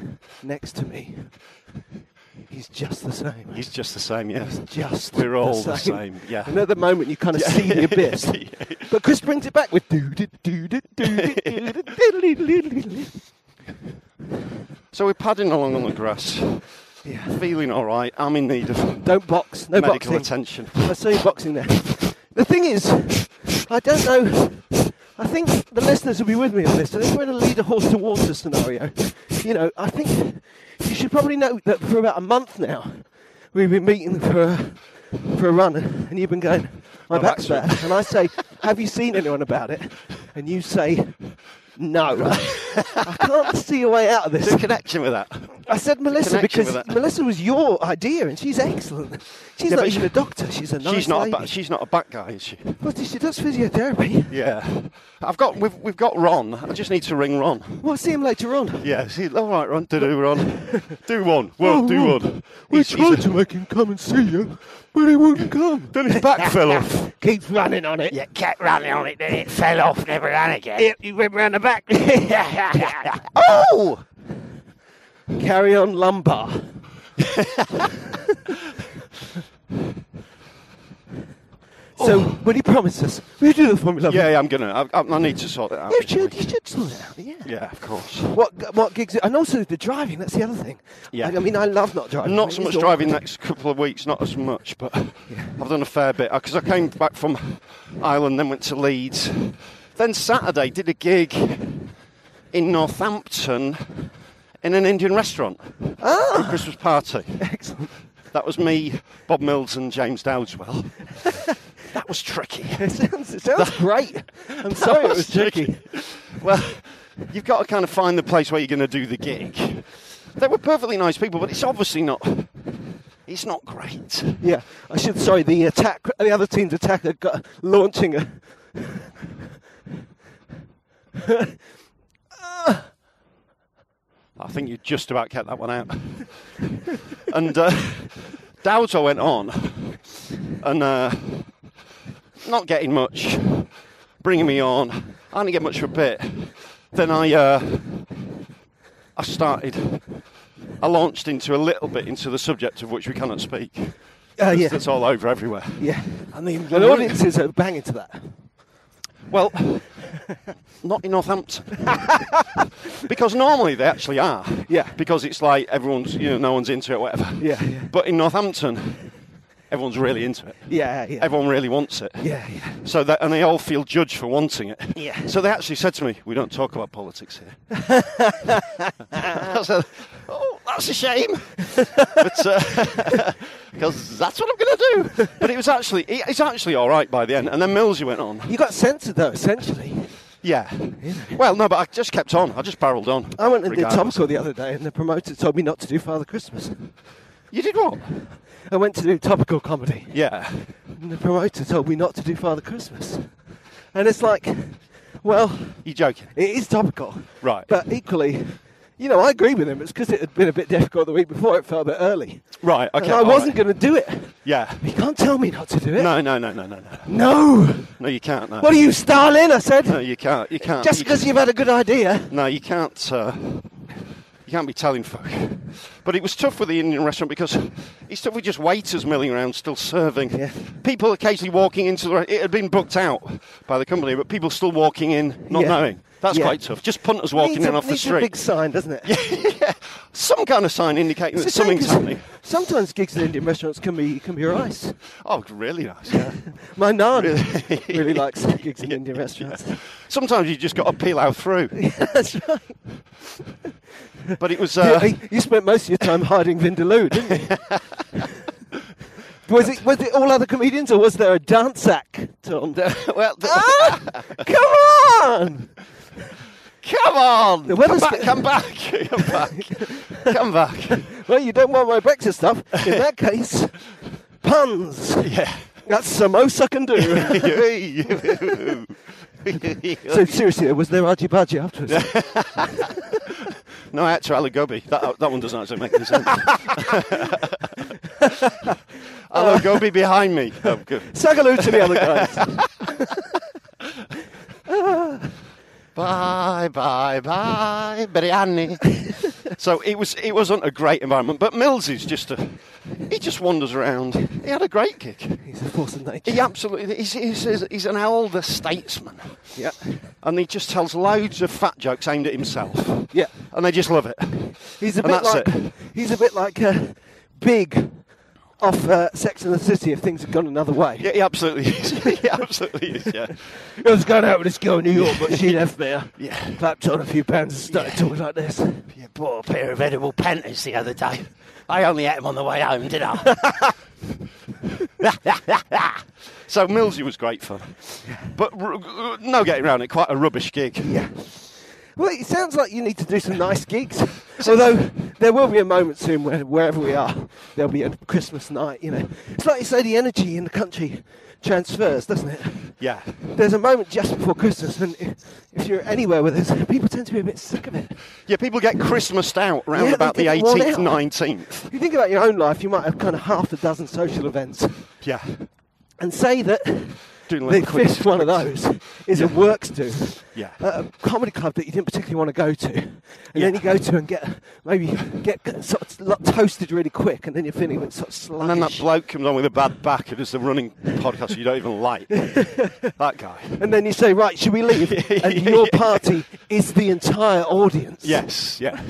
B: next to me. He's just the same.
A: He's just the same, yeah.
B: just
A: We're all the same, yeah.
B: And at the moment, you kind of see the abyss, but Chris brings it back with doo doo doo doo doo doo doo doo doo doo doo.
A: So we're padding along on the grass,
B: Yeah.
A: feeling all right. I'm in need of
B: Don't box. No
A: medical
B: boxing.
A: attention.
B: I saw you boxing there. The thing is, I don't know. I think the listeners will be with me on this. I think we're in a lead a horse to water scenario. You know, I think you should probably know that for about a month now, we've been meeting for a, for a run, and you've been going, my, back's
A: back's
B: bad. And I say, have you seen anyone about it? And you say, no. I can't see a way out of this.
A: There's a connection with that.
B: I said Melissa
A: connection
B: because
A: with that.
B: Melissa was your idea, and she's excellent. She's not
A: Yeah, but
B: even
A: she-
B: a doctor. She's a nice
A: she's not. A
B: lady.
A: ba- she's not a back guy, is she?
B: What does she does physiotherapy?
A: Yeah. I've got. We've, we've got Ron. I just need to ring Ron.
B: We'll see him later on.
A: Yeah. See, all right, Ron. Do do Ron. Do one. Well, do one.
B: We
A: He's- he's
B: tried
A: a-
B: to make him come and see you, but he wouldn't come.
A: Then his back fell off.
B: Keeps running on it. Yeah,
E: kept running on it, then it fell off, never ran again.
B: you went round the back.
A: Oh!
B: Carry on lumbar. so, will you promise us? Will you do the formula?
A: Yeah, yeah. I'm gonna. I, I, I need to sort it out.
B: You should, you should sort it out, yeah.
A: Yeah, of course.
B: What, what gigs? And also the driving, that's the other thing.
A: Yeah.
B: I, I mean, I love not driving. I
A: Not
B: mean,
A: so
B: it's
A: much
B: awful.
A: driving next couple of weeks, not as much, but I've done a fair bit because I came back from Ireland, then went to Leeds, then Saturday did a gig in Northampton in an Indian restaurant, ah. Christmas party.
B: Excellent.
A: That was me, Bob Mills, and James Dowdswell. that was tricky.
B: It sounds, it sounds great. I'm sorry it was tricky.
A: Well, you've got to kind of find the place where you're going to do the gig. They were perfectly nice people, but it's obviously not. It's not great.
B: Yeah, I should. Sorry, the attack, the other team's attacker got launching a.
A: I think you just about kept that one out. and uh, Dowda went on and uh, not getting much, bringing me on. I didn't get much for a bit. Then I, uh, I started, I launched into a little bit into the subject of which we cannot speak.
B: Uh, yeah,
A: That's all over everywhere.
B: yeah.
A: And the,
B: And audiences are banging to that.
A: Well, not in Northampton. because normally they actually are.
B: Yeah.
A: Because it's like everyone's, you know, no one's into it, whatever.
B: Yeah, yeah.
A: But in Northampton, everyone's really into it.
B: Yeah, yeah.
A: Everyone really wants it.
B: Yeah, yeah.
A: So that, and they all feel judged for wanting it.
B: Yeah.
A: So they actually said to me, "We don't talk about politics here." I said, "Oh, that's a shame," but because that's what I'm going to do. But it was actually, it- it's actually all right by the end. And then Millsy went on.
B: You got censored though, essentially.
A: Yeah. Well, no, but I just kept on. I just barreled on.
B: I went and did
A: regardless.
B: Tom's Call the other day, and the promoter told me not to do Father Christmas.
A: You did what?
B: I went to do topical comedy,
A: Yeah.
B: and the promoter told me not to do Father Christmas. And it's like, well,
A: You joking?
B: it is topical.
A: Right.
B: But equally, you know, I agree with him. It's because it had been a bit difficult the week before, it felt a bit early.
A: Right.
B: And
A: Okay.
B: I
A: all
B: wasn't
A: right.
B: going to do it.
A: Yeah.
B: You can't tell me not to do it.
A: No, no, no, no, no, no.
B: No!
A: No, you can't. No.
B: What are you, Stalin? I said.
A: No, you can't. You can't.
B: Just
A: you
B: because
A: can't-
B: you've had a good idea.
A: No, you can't. Uh, you can't be telling folk. But it was tough with the Indian restaurant because it's tough with just waiters milling around, still serving.
B: Yeah.
A: People occasionally walking into the. re- It had been booked out by the company, but people still walking in, not
B: Yeah.
A: knowing. That's
B: Yeah.
A: quite tough. Just punters walking
B: needs
A: in
B: a,
A: off the
B: needs
A: street.
B: a big sign, doesn't it?
A: Some kind of sign indicating
B: It's
A: that
B: the same
A: something's
B: 'cause
A: happening.
B: Sometimes gigs in Indian restaurants can be can be rice.
A: Oh, really nice. Yeah.
B: My nan really,
A: Really?
B: likes gigs in Indian restaurants.
A: Sometimes you just got to peel out through.
B: That's right.
A: But it was. Uh,
B: You- you spent most of your time hiding Vindaloo, didn't you? was it was it all other comedians or was there a dance act? Tom?
A: well, the-
B: Ah! Come on!
A: come on!
B: The
A: come
B: weather's
A: back,
B: get-
A: come back, come back, come back.
B: Well, you don't want my breakfast stuff. In that case, puns.
A: Yeah.
B: That's samosa can do. so seriously, was there argy bargy afterwards?
A: no, I had to alagobi. That, that one doesn't actually make any sense. alagobi behind me. Oh, good.
B: Sagaloo to the other guys.
A: Bye, bye, bye, biryani. so it was. It wasn't a great environment, but Mills is just a. He just wanders around. He had a great kick.
B: He's a force of nature.
A: He absolutely. He's, he's, he's an elder statesman,
B: Yeah.
A: and he just tells loads of fat jokes aimed at himself.
B: Yeah.
A: and they just love it.
B: He's a
A: And
B: bit
A: that's
B: like
A: it.
B: he's a bit like uh, big off uh, Sex and the City if things had gone another way.
A: Yeah, he absolutely is. he absolutely is. Yeah.
B: I was going out with this girl in New York, but she left me. I
A: Yeah.
B: Clapped on a few pounds and started talking like this.
E: You bought a pair of edible panties the other day. I only ate them on the way home, did I?
A: So Millsy was great fun, but r- r- no getting around it. Quite a rubbish gig.
B: Yeah. Well, it sounds like you need to do some nice gigs. Although there will be a moment soon where wherever we are, there'll be a Christmas night. You know, it's like you say, the energy in the country transfers, doesn't it?
A: Yeah.
B: There's a moment just before Christmas when, i- if you're anywhere with us, people tend to be a bit sick of it.
A: Yeah, people get Christmased out round
B: Yeah, they
A: about the
B: get worn
A: 18th,
B: out.
A: 19th.
B: If you think about your own life, you might have kind of half a dozen social events,
A: Yeah.
B: and say that
A: Doing
B: the
A: like quick-
B: fifth one of those is a works do.
A: Yeah.
E: Uh,
B: At a comedy club that you didn't particularly want to go to, and then you go to and get maybe get sort of lo- toasted really quick, and then you're feeling a bit sort of
A: And then that
B: sluggish.
A: bloke comes on with a bad back and does the running podcast you don't even like. that guy.
B: And then you say, right, should we leave? and your party is the entire audience.
A: Yes, yeah.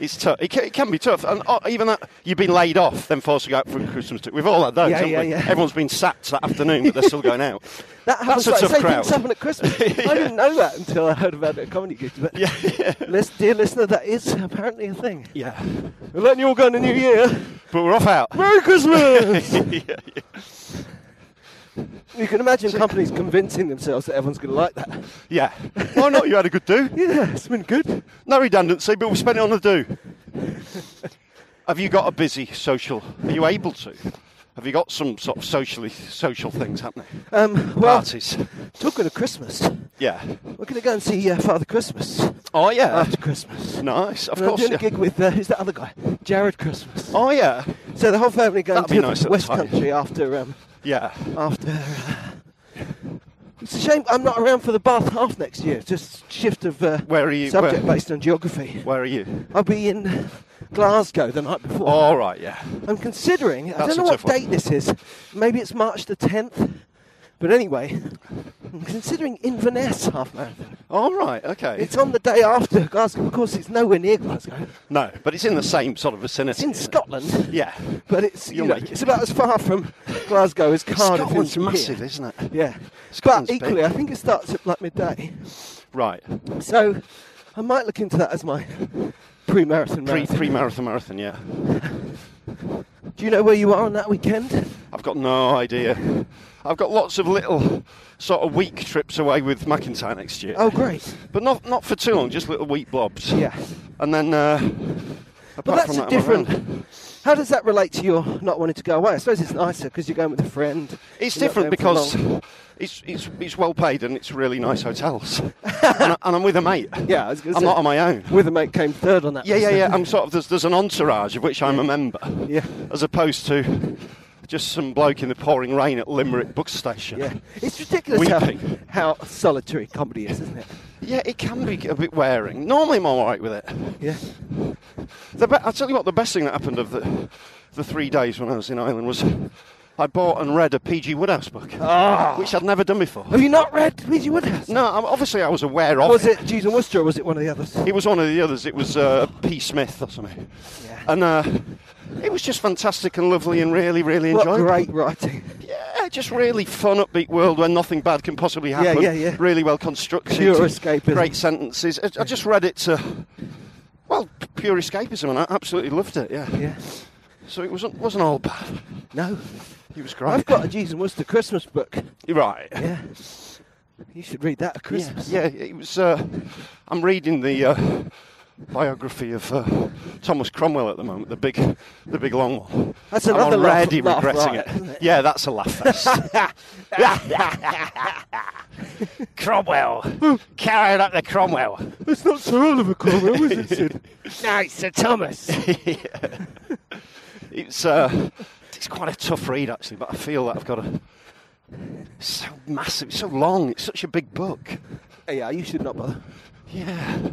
A: It's tough. It can, it can be tough, and uh, even that you've been laid off, then forced to go out for Christmas. Too. We've all had those,
B: Yeah,
A: haven't
B: yeah,
A: we?
B: yeah.
A: Everyone's been sacked that afternoon, but they're still going out.
B: That happens
A: That's a
B: like,
A: tough
B: say,
A: crowd.
B: things happen at Christmas. I didn't know that until I heard about it at comedy gigs. But
A: Yeah,
B: lis- dear listener, that is apparently a thing.
A: yeah.
B: We're letting you all go in the new year.
A: But we're off out.
B: Merry Christmas!
A: yeah, yeah.
B: you can imagine companies convincing themselves that everyone's going to like that.
A: Yeah. Why not? You had a good do.
B: Yeah, it's been good.
A: No redundancy, but we spent it on the do. Have you got a busy social? Are you able to? Have you got some sort of socially social things happening?
B: Um, well,
A: Parties.
B: talking of Christmas,
A: Yeah.
B: we're going to go and see uh, Father Christmas
A: Oh yeah.
B: after Christmas.
A: nice. Of
B: And I'm
A: course.
B: doing
A: Yeah.
B: a gig with uh, who's that other guy? Jared Christmas.
A: Oh yeah.
B: So the whole family going
A: That'd
B: to
A: be
B: the
A: nice at the
B: West
A: time.
B: Country after um,
A: Yeah.
B: after. Uh, it's a shame I'm not around for the Bath half next year. Just shift of uh,
A: Where are you-
B: subject
A: where-
B: based on geography.
A: Where are you?
B: I'll be in Glasgow the night before.
A: All right. Yeah.
B: I'm considering. I
A: Oh. That's
B: don't know
A: a
B: what
A: tough one.
B: date this is. Maybe it's March the 10th. But anyway, I'm considering Inverness half marathon.
A: All right, okay.
B: It's on the day after Glasgow. Of course, it's nowhere near Glasgow.
A: no, but it's in the same sort of
B: It's
A: vicinity.
B: in
A: isn't it?
B: Scotland.
A: Yeah.
B: But it's you
A: You'll
B: know,
A: make it.
B: it's about as far from Glasgow as Cardiff
A: Scotland's
B: is from here.
A: massive, isn't it?
B: Yeah.
A: Scotland's
B: but
A: big.
B: equally, I think it starts at like midday.
A: Right.
B: So I might look into that as my pre-marathon.
A: Pre
B: marathon.
A: pre marathon marathon, yeah.
B: Do you know where you are on that weekend?
A: I've got no idea. I've got lots of little sort of week trips away with McIntyre next year.
B: Oh, great.
A: But not not for too long, just little week blobs.
B: Yeah.
A: And then uh
B: But
A: apart
B: that's
A: from that,
B: a
A: I'm around.
B: different. How does that relate to your not wanting to go away? I suppose it's nicer because you're going with a friend.
A: It's
B: you're not
A: different
B: going for
A: because
B: long.
A: it's, it's, it's well paid and it's really nice hotels. and, I, and I'm with a mate.
B: Yeah, I was
A: I'm
B: gonna say,
A: not on my own.
B: With a mate came third on that.
A: Yeah, yeah,
B: list,
A: yeah.
B: I
A: I'm sort of there's, there's an entourage of which I'm a member.
B: Yeah.
A: As opposed to just some bloke in the pouring rain at Limerick bus station.
B: think. Yeah. It's ridiculous
A: Weeping.
B: how, how solitary comedy is, isn't it?
A: Yeah, it can be a bit wearing. Normally I'm all right with it.
B: Yeah.
A: The be- I'll tell you what, the best thing that happened of the, the three days when I was in Ireland was I bought and read a P.G. Woodhouse book,
B: Ah.
A: which I'd never done before.
B: Have you not read Luigi Woodhouse?
A: No, I- obviously I was aware of
B: Was it Jews and Worcester or was it one of the others?
A: It was one of the others. It was uh, P. Smith or something.
B: Yeah.
A: And uh, it was just fantastic and lovely and really, really
B: What
A: enjoyable.
B: great writing.
A: Yeah, Eh, just really fun, upbeat world where nothing bad can possibly happen.
B: yeah, yeah.
A: Really well constructed.
B: Pure escapism.
A: Great sentences. I, I just read it to, well, pure escapism, and I absolutely loved it. Yeah.
B: Yeah.
A: So it wasn't wasn't all bad.
B: No.
A: He was great.
B: I've got a Jews and Worcester Christmas book.
A: You're right.
B: Yeah. You should read that at Christmas.
A: Yeah, it was. Uh, I'm reading the uh, biography of uh, Thomas Cromwell at the moment, the big, the big long one.
B: That's
A: I'm
B: another laugh-
A: already
B: laugh
A: regretting
B: riot,
A: it.
B: isn't it?
A: Yeah, that's a laugh fest.
E: Cromwell. Carrying up the Cromwell.
B: It's not Sir Oliver Cromwell, is it, Sid?
E: No, it's Sir Thomas.
A: it's uh, it's quite a tough read actually, but I feel that I've got a. It's so massive, it's so long, it's such a big book.
B: yeah, you should not bother.
A: Yeah.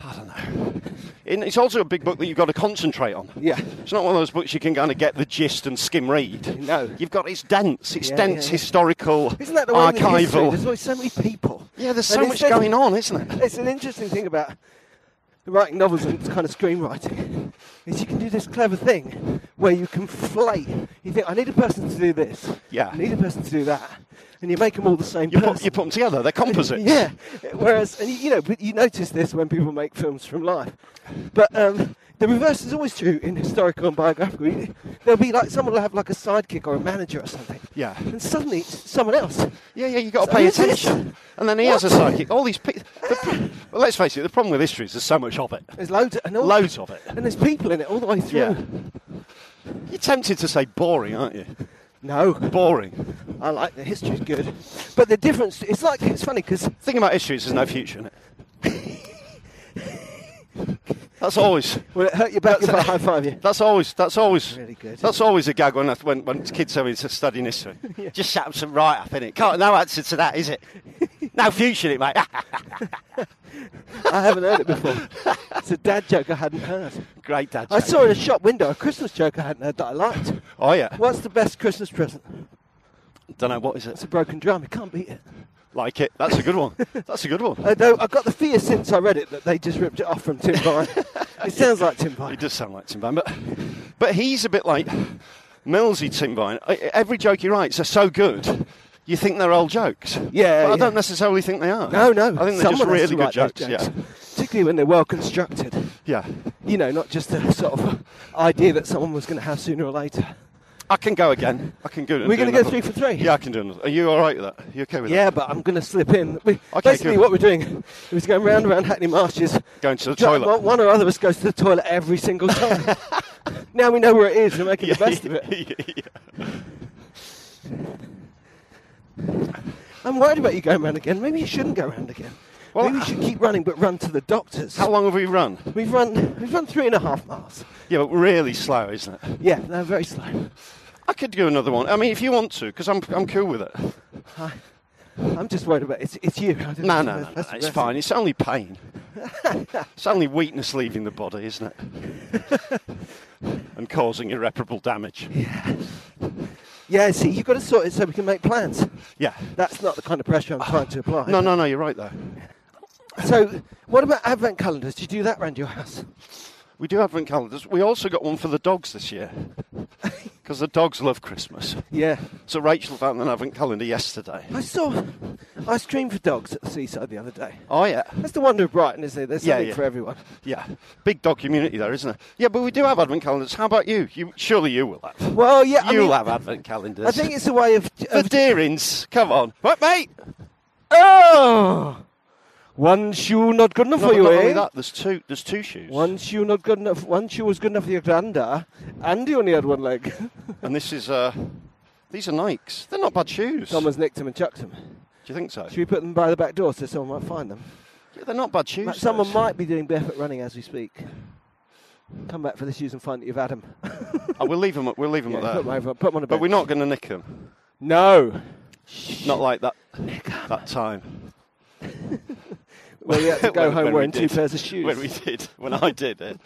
A: I don't know. And it's also a big book that you've got to concentrate on.
B: Yeah.
A: It's not one of those books you can kind of get the gist and skim read.
B: No.
A: You've got it's dense. It's
B: Yeah,
A: dense
B: yeah.
A: historical,
B: Isn't that the way in the history?
A: archival.
B: There's always so many people.
A: yeah, there's
B: And
A: so
B: it's
A: much
B: just-
A: going on, isn't it?
B: It's an interesting thing about writing novels and kind of screenwriting is you can do this clever thing where you conflate. You think I need a person to do this.
A: Yeah.
B: I need a person to do that, and you make them all the same
A: You put,
B: person.
A: you put them together. They're composites.
B: Yeah. Whereas, and you, you know, but you notice this when people make films from life. But um, the reverse is always true in historical and biographical. You- There'll be like someone will have like a sidekick or a manager or something.
A: Yeah.
B: And suddenly it's someone else.
A: Yeah, yeah, you've got to
B: So
A: pay
B: who's this?
A: attention. And then he has a psychic. All these people. Well, let's face it, the problem with history is there's so much of it.
B: There's loads of, and all,
A: Loads of it.
B: And there's people in it all the way through.
A: Yeah. You're tempted to say boring, aren't you?
B: No,
A: Boring.
B: I like the history's good, but the difference. It's like it's funny because
A: thing about history is there's no future in it. that's always
B: when it hurt your back, if I high five you.
A: that's always that's always
B: Really good.
A: that's always a gag when I- when, when kids tell me to study history. Just shut up some write up in it. Can't no answer to that, is it? no future in it, mate.
B: I haven't heard it before. It's a dad joke I hadn't heard.
A: Great dad.
B: I
A: joke.
B: saw in a shop window a Christmas joke I hadn't heard that I liked.
A: Oh yeah.
B: What's the best Christmas present?
A: Don't know what is
B: It's
A: it.
B: a broken drum. You can't beat it.
A: Like it. That's a good one. That's a good one.
B: Although I got the fear since I read it that they just ripped it off from Tim Vine. it sounds like Tim Vine.
A: He does sound like Tim Vine, but but he's a bit like Millsy Tim Vine. I- Every joke he writes are so good. You think they're old jokes?
B: Yeah,
A: But I
B: yeah.
A: don't necessarily think they are.
B: No, no.
A: I think they're
B: someone
A: just
B: has
A: really
B: to
A: good
B: write those
A: jokes. Yeah,
B: Particularly when they're well constructed.
A: yeah.
B: You know, not just a sort of idea that someone was going to have sooner or later.
A: I can go again. I can go.
B: We're
A: going
B: gonna
A: to
B: go three for three?
A: Yeah, I can do another. Are you all right with that? you okay with
B: Yeah,
A: that?
B: but I'm going to slip in. We,
A: Okay,
B: basically,
A: good.
B: what we're doing is going round and round Hackney Marshes.
A: Going to the
B: Ju-
A: toilet.
B: One, one or other of us goes to the toilet every single time. now we know where it is. We're making the best of it. I'm worried about you going round again. Maybe you shouldn't go round again.
A: Well,
B: Maybe you should keep running, but run to the doctors.
A: How long have we run?
B: We've run, we've run three and a half miles.
A: Yeah, but really slow, isn't it?
B: Yeah, no, very slow.
A: I could do another one. I mean, if you want to, because I'm I'm cool with it.
B: I'm just worried about it's, it's you. I don't
A: No,
B: know.
A: no, no, no,
B: That's-
A: it's
B: that's-
A: fine. It's only pain. it's only weakness leaving the body, isn't it? and causing irreparable damage.
B: Yeah, see, you've got to sort it so we can make plans.
A: Yeah.
B: That's not the kind of pressure I'm trying to apply.
A: No, no, no, you're right though.
B: So, what about advent calendars? Do you do that round your house?
A: We do advent calendars. We also got one for the dogs this year because the dogs love Christmas.
B: Yeah.
A: So Rachel found an advent calendar yesterday.
B: I saw ice cream for dogs at the seaside the other day.
A: Oh yeah,
B: That's the wonder of Brighton, isn't it? There's
A: Yeah,
B: something
A: yeah.
B: for everyone.
A: yeah. Big dog community there, isn't it? Yeah, but we do have advent calendars. How about you? You surely you will have.
B: Well, yeah, I
A: you'll
B: mean-
A: have advent calendars.
B: I think it's a way of.
A: for
B: of
A: deerings. Come on, right, mate?
B: oh! One shoe not good enough
A: No,
B: for
A: but
B: you,
A: not
B: eh?
A: only that, there's two. There's two shoes.
B: One shoe not good enough. One shoe was good enough for your granda, and you only had one leg.
A: And this is. Uh, these are Nikes. They're not bad shoes.
B: Someone's nicked them and chucked them.
A: Do you think so?
B: Should we put them by the back door so someone might find them?
A: Yeah, they're not bad shoes.
B: Like, someone
A: those.
B: might be doing barefoot running as we speak. Come back for the shoes and find that you've had them.
A: Oh, we'll leave them. We'll leave them
B: Yeah,
A: at
B: put
A: that.
B: 'em over- put 'em on a
A: But
B: bench.
A: we're not going to nick them.
B: No.
A: Not like that. That time.
B: Well, we had to go
A: When- when
B: home
A: we
B: wearing two
A: did.
B: pairs of shoes.
A: When we did. When I did it.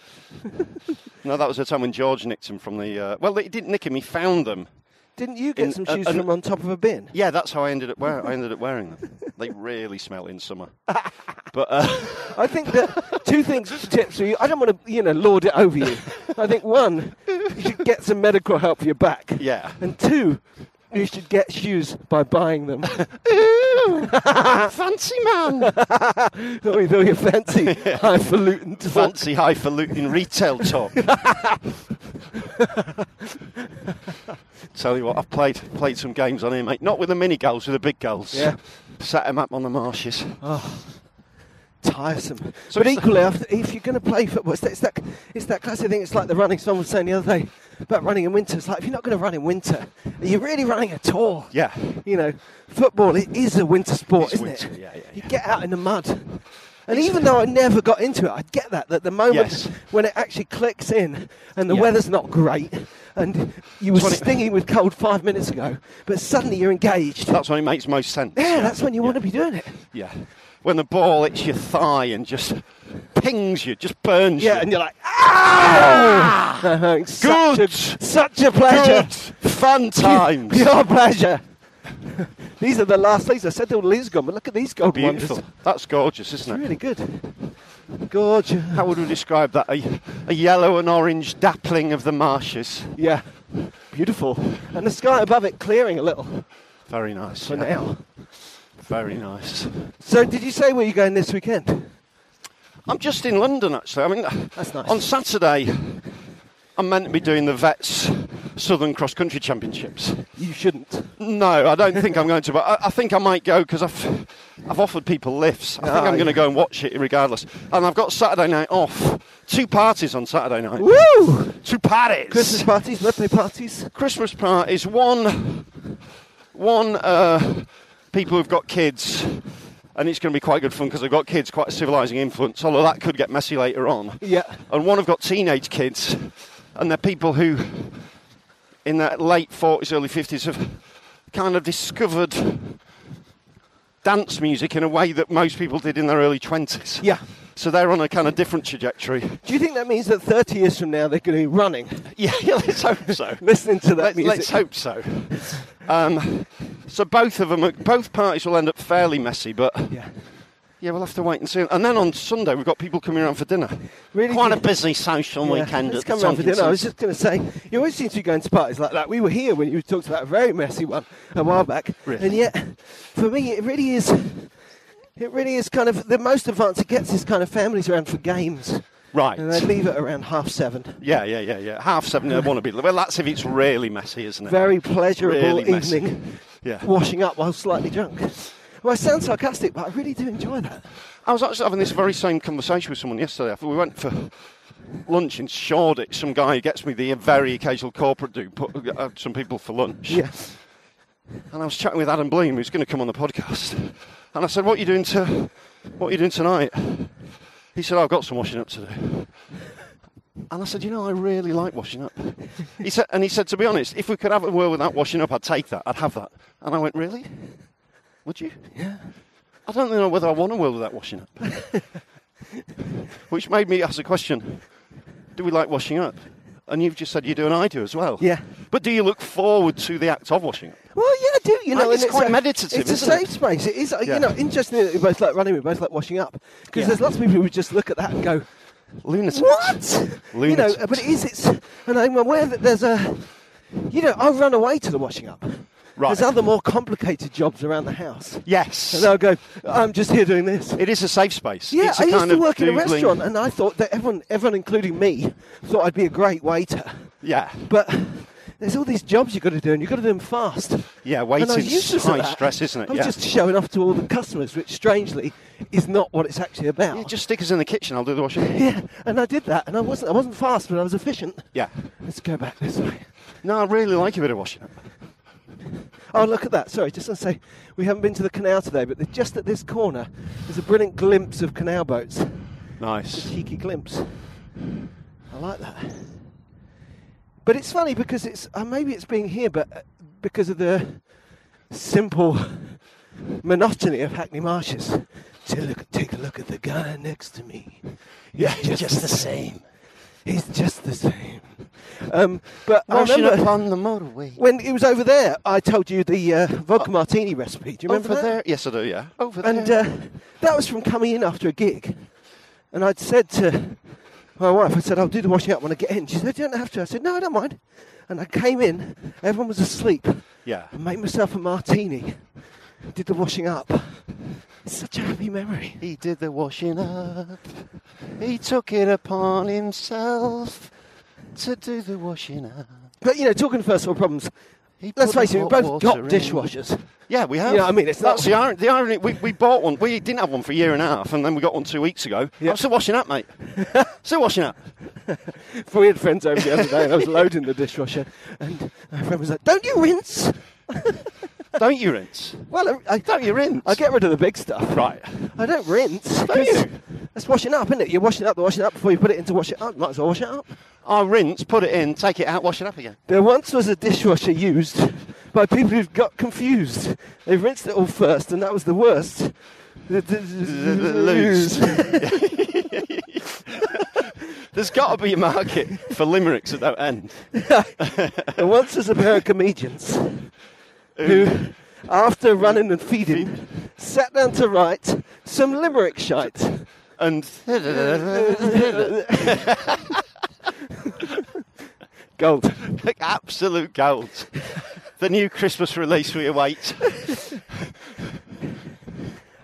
A: no, that was the time when George nicked them from the. Uh, well, he didn't nick him. He found them.
B: Didn't you get
A: In-
B: some
A: uh,
B: shoes
A: an-
B: from on top of a bin?
A: Yeah, that's how I ended up wearing. I ended up wearing them. They really smell in summer. But uh,
B: I think that two things tips for you. I don't want to, you know, lord it over you. I think one, you should get some medical help for your back.
A: Yeah.
B: And two, you should get shoes by buying them.
A: fancy man.
B: Though you- though you're fancy, highfalutin. talk.
A: fancy highfalutin retail talk. Tell you what, I've played played some games on here, mate. Not with the mini goals, with the big goals.
B: Yeah. Oh.
A: Set them up on the marshes.
B: tiresome.
A: So
B: but
A: it's-
B: equally, if, if you're going to play football, it's, it's that it's that classic thing. It's like the running. Someone was saying the other day about running in winter. It's like if you're not going to run in winter, are you really running at all?
A: Yeah.
B: You know, football it is a winter sport,
A: It's
B: isn't
A: winter,
B: it?
A: yeah, yeah,
B: You
A: yeah.
B: get out in the mud. And even though I never got into it, I get that that the moment
A: Yes.
B: when it actually clicks in and the
A: Yeah.
B: weather's not great and you were
A: That's when it-
B: stinging with cold five minutes ago, but suddenly you're engaged.
A: That's when it makes most sense.
B: yeah, that's when you want to be doing it.
A: Yeah. When the ball hits your thigh and just pings you, just burns
B: Yeah,
A: you.
B: and you're like, ah! Such
A: Good.
B: a, such a pleasure.
A: Good. Fun times.
B: Pure pleasure. these are the last these. I said they were these gone, but look at these gold
A: Beautiful.
B: ones.
A: That's gorgeous, isn't
B: It's
A: it?
B: really good. Gorgeous.
A: How would we describe that? A, a yellow and orange dappling of the marshes.
B: Yeah. Beautiful. And the sky above it clearing a little
A: Very nice.
B: for
A: yeah.
B: now.
A: Very nice.
B: So, did you say where you're going this weekend?
A: I'm just in London actually. I mean,
B: That's nice.
A: on Saturday, I'm meant to be doing the Vets Southern Cross Country Championships.
B: You shouldn't.
A: No, I don't think I'm going to, but I, I think I might go because I've, I've offered people lifts. I think
B: Ah,
A: I'm going
B: yeah.
A: to go and watch it regardless. And I've got Saturday night off. Two parties on Saturday night.
B: Woo!
A: Two parties.
B: Christmas parties, birthday parties.
A: Christmas parties. One, one uh, people who've got kids, and it's going to be quite good fun because they've got kids, quite a civilising influence. Although that could get messy later on.
B: Yeah.
A: And one have got teenage kids, and they're people who, in their late forties, early fifties, have kind of discovered dance music in a way that most people did in their early twenties.
B: Yeah.
A: So they're on a kind of different trajectory.
B: Do you think that means that 30 years from now they're going to be running,
A: Yeah, let's hope so.
B: listening to that
A: Let's,
B: music?
A: let's hope so. Um, so both of them, both parties will end up fairly messy, but
B: Yeah.
A: yeah, we'll have to wait and see. And then on Sunday, we've got people coming around for dinner.
B: Really
A: Quite a
B: do-
A: busy social
B: Yeah,
A: weekend.
B: Let's
A: At
B: come
A: the
B: round for dinner. I was
A: Tonkington.
B: just going to say, you always seem to be going to parties like that. We were here when you talked about a very messy one a while back,
A: Really?
B: and yet for me, it really is. It really is kind of the most advanced it gets is kind of families around for games,
A: Right.
B: and they leave at around half seven.
A: Yeah, yeah, yeah, yeah. Half seven, I want to be. Well, that's if it's really messy, isn't it?
B: Very pleasurable
A: Really messy.
B: evening,
A: Yeah.
B: washing up while slightly drunk. Well, I sound sarcastic, but I really do enjoy that.
A: I was actually having this very same conversation with someone yesterday. After we went for lunch in Shoreditch, some guy who gets me the very occasional corporate do put uh, some people for lunch.
B: Yes.
A: And I was chatting with Adam Bloom, who's going to come on the podcast. And I said, "What are you doing to, what are you doing tonight?" He said, "I've got some washing up to do." And I said, "You know, I really like washing up." He said, and he said, "To be honest, if we could have a word without washing up, I'd take that. I'd have that." And I went, "Really? Would you?"
B: Yeah.
A: I don't know whether I want a world without washing up. Which made me ask the question: Do we like washing up? And you've just said you do and I do as well.
B: Yeah.
A: But do you look forward to the act of washing up?
B: Well, yeah, I do. You know,
A: Right, it's
B: and
A: quite
B: a-
A: meditative,
B: It's a
A: isn't it?
B: safe space. It is. uh
A: Yeah.
B: You know, interesting that we both like running. We both like washing up because
A: Yeah.
B: there's lots of people who would just look at that and go,
A: Lunatics.
B: "What?" You know,
A: Lunatics.
B: but it is. It's. And I'm aware that there's a. You know, I run away to the washing up.
A: Right.
B: There's other more complicated jobs around the house.
A: Yes.
B: And I'll go. I'm just here doing this.
A: It is a safe space.
B: Yeah,
A: it's a
B: I used
A: kind
B: to
A: of
B: work in a
A: doodling-
B: restaurant, and I thought that everyone, everyone including me, thought I'd be a great waiter.
A: Yeah.
B: But there's all these jobs you've got to do, and you've got to do them fast.
A: Yeah,
B: And I was
A: waiting's
B: useless at
A: high
B: that.
A: stress, isn't it?
B: I'm
A: Yeah.
B: just showing off to all the customers, which strangely is not what it's actually about.
A: You just stick us in the kitchen, I'll do the washing.
B: yeah, and I did that, and I wasn't, I wasn't fast, but I was efficient.
A: Yeah.
B: Let's go back this way.
A: No, I really like a bit of washing up.
B: Oh, look at that. Sorry, just to say, we haven't been to the canal today, but just at this corner, there's a brilliant glimpse of canal boats.
A: Nice.
B: cheeky glimpse. I like that. But it's funny because it's uh, maybe it's being here, but uh, because of the simple monotony of Hackney Marshes. To look, take a look at the guy next to me. Yeah, just, the same. He's just the same. Um, but I
A: Washing up
B: remember
A: on the motorway.
B: when it was over there, I told you the uh, vodka martini recipe. Do you remember
A: Over
B: that?
A: there? Yes, I do, yeah. Over there.
B: And uh, that was from coming in after a gig. And I'd said to my wife, I said, I'll do the washing up when I get in. She said, You don't have to. I said, No, I don't mind. And I came in, everyone was asleep.
A: Yeah.
B: I made myself a martini, did the washing up. It's such a happy memory.
A: He did the washing up. He took it upon himself to do the washing up.
B: But you know, talking first world problems,
A: He
B: let's
A: put
B: face
A: the
B: it, we've
A: hot
B: both
A: water
B: got
A: in.
B: dishwashers.
A: Yeah, we have.
B: You know what I mean? It's
A: That's
B: not-
A: the irony. The irony we, we bought one. We didn't have one for a year and a half, and then we got one two weeks ago.
B: Yeah.
A: I'm still washing up, mate. still washing up.
B: We had friends over the other day and I was loading the dishwasher, and my friend was like, Don't you rinse?
A: Don't you rinse?
B: Well, I, I
A: Don't you rinse?
B: I get rid of the big stuff.
A: Right.
B: I don't rinse.
A: Don't
B: 'cause
A: you?
B: That's washing up, isn't it? You're washing up, the washing up before you put it in to wash it up. Might as well wash it up.
A: I rinse, put it in, take it out, wash it up again.
B: There once was a dishwasher used by people who've got confused. They rinsed it all first, and that was the worst.
A: Loose. There's got to be a market for limericks that don't end.
B: there once was a pair of comedians who, after running and feeding, sat down to write some limerick shite.
A: And
B: Gold.
A: absolute gold. The new Christmas release we await.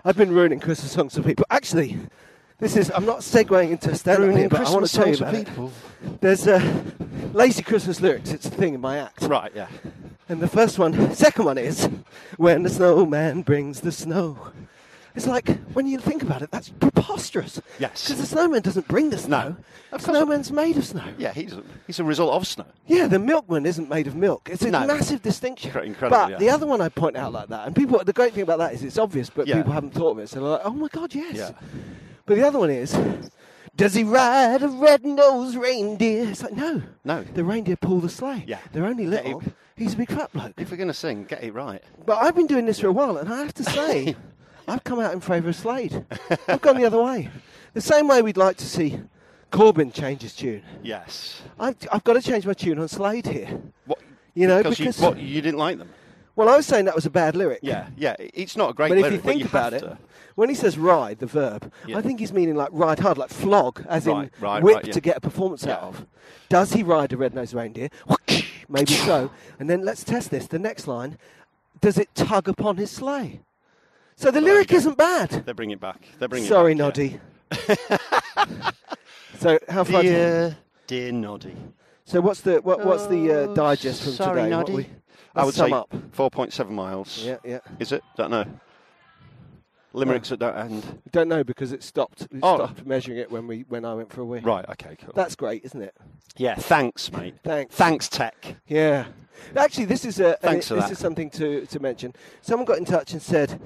B: I've been ruining Christmas songs for people. Actually, this is, I'm not segueing into stand up
A: Ruining
B: here, but I want
A: Christmas
B: to tell you
A: songs for
B: about it.
A: people.
B: There's uh, lazy Christmas lyrics, it's a thing in my act.
A: Right, yeah.
B: And the first one, second one is, when the snowman brings the snow. It's like, when you think about it, that's preposterous.
A: Yes.
B: Because the snowman doesn't bring the snow.
A: Of
B: the
A: course not.
B: snowman's made of snow.
A: Yeah, he's a, he's a result of snow.
B: Yeah, the milkman isn't made of milk. It's a
A: No.
B: massive distinction.
A: Cra- incredible,
B: but
A: yeah.
B: the other one I point out like that, and people, the great thing about that is it's obvious, but
A: Yeah.
B: people haven't thought of it, so they're like, oh my god, yes.
A: Yeah.
B: But the other one is, does he ride a red-nosed reindeer? It's like, no.
A: No.
B: The reindeer pull the sleigh.
A: Yeah.
B: They're only
A: Yeah, he-
B: little. He's a big fat bloke.
A: If we're going to sing, get it right.
B: But I've been doing this for a while, and I have to say, I've come out in favour of Slade. I've gone the other way. The same way we'd like to see Corbyn change his tune.
A: Yes.
B: I've, I've got to change my tune on Slade here.
A: What,
B: You know,
A: because,
B: because-
A: you, what, you didn't like them.
B: Well, I was saying that was a bad lyric.
A: Yeah, yeah. It's not a great
B: But if you
A: lyric, but
B: think about
A: have
B: it,
A: to.
B: when he says ride, the verb,
A: Yeah.
B: I think he's meaning like ride hard, like flog, as
A: Right,
B: in
A: right,
B: whip
A: right, yeah.
B: to get a performance out
A: Yeah.
B: of. Does he ride a red-nosed reindeer? Maybe so. And then let's test this. The next line, does it tug upon his sleigh? So the lyric isn't bad.
A: They're bringing it back. They're bringing
B: Sorry,
A: it back, yeah.
B: Noddy. so how far?
A: Dear, dear Noddy.
B: So what's the what, what's the uh,
A: Oh,
B: digest from
A: sorry,
B: today? What
A: Noddy.
B: we-
A: I
B: let's sum
A: would say
B: up.
A: 4.7 miles.
B: Yeah, yeah.
A: Is it? Don't know. Limericks at that end.
B: Don't know because it stopped. It
A: Oh.
B: stopped measuring it when we when I went for a wee.
A: Right, okay, cool.
B: That's great, isn't it?
A: yeah, thanks, mate.
B: Thanks.
A: Thanks, tech.
B: Yeah. Actually, this is a,
A: Thanks
B: an-
A: for
B: this
A: that.
B: is something to, to mention. Someone got in touch and said,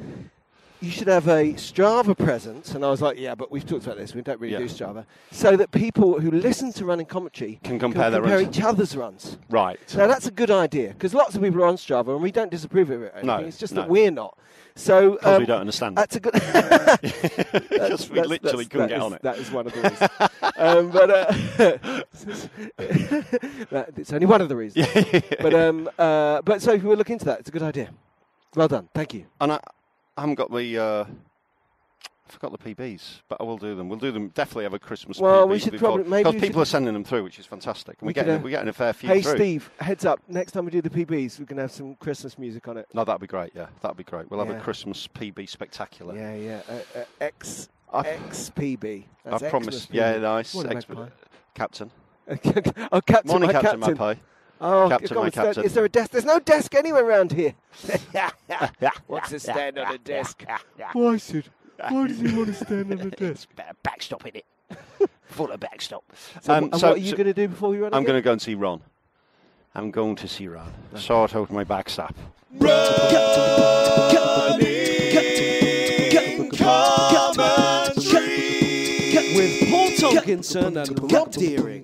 B: you should have a Strava presence. And I was like, yeah, but we've talked about this. We don't really
A: Yeah.
B: do Strava. So that people who listen to running commentary
A: Can compare their runs.
B: each other's runs.
A: Right.
B: Now, that's a good idea because lots of people are on Strava and we don't disapprove of it. or
A: No,
B: anything. It's just
A: no.
B: that we're not. So
A: Because we don't understand.
B: That's a good. that's,
A: Because we
B: um, uh, that's-
A: literally
B: that's-
A: couldn't
B: that
A: get
B: is-
A: on it.
B: That is one of the reasons. um, but uh, that, it's only one of the reasons. but um, uh, but so if we look into that, it's a good idea. Well done. Thank you.
A: And I, I haven't got the. Uh, I forgot the PBs, but I will do them. We'll do them. Definitely have a Christmas.
B: Well,
A: PB
B: we should
A: before,
B: probably- maybe
A: because
B: we
A: people
B: should-
A: are sending them through, which is fantastic. And we
B: We
A: get
B: could, uh,
A: we're getting a fair few
B: hey
A: through.
B: Steve, heads up. Next time we do the PBs, we're gonna have some Christmas music on it.
A: No, that'd be great. Yeah, that'd be great. We'll have a
B: Yeah.
A: Christmas PB spectacular.
B: Yeah, yeah. Uh, uh, X
A: I've-
B: XPB.
A: I
B: That's
A: promise.
B: Xmas
A: Yeah,
B: PB.
A: nice.
B: What a
A: Ex-
B: magpie.
A: Captain.
B: oh, Captain,
A: Morning,
B: my captain.
A: Captain, Magpie.
B: Oh,
A: Captain,
B: come
A: my
B: on, stand-
A: captain.
B: Is there a desk? There's no desk anywhere around here. What's to stand on a desk? Why should? Why does he want to stand on a desk?
F: Better backstop in it. Full of backstop.
B: So,
A: Um,
B: wh- and
A: so-
B: what are you
A: so-
B: going to do before we run?
A: I'm going to go and see Ron. I'm going to see Ron. Sort out my backsap.
G: With Paul Tomkinson and Rob Deering.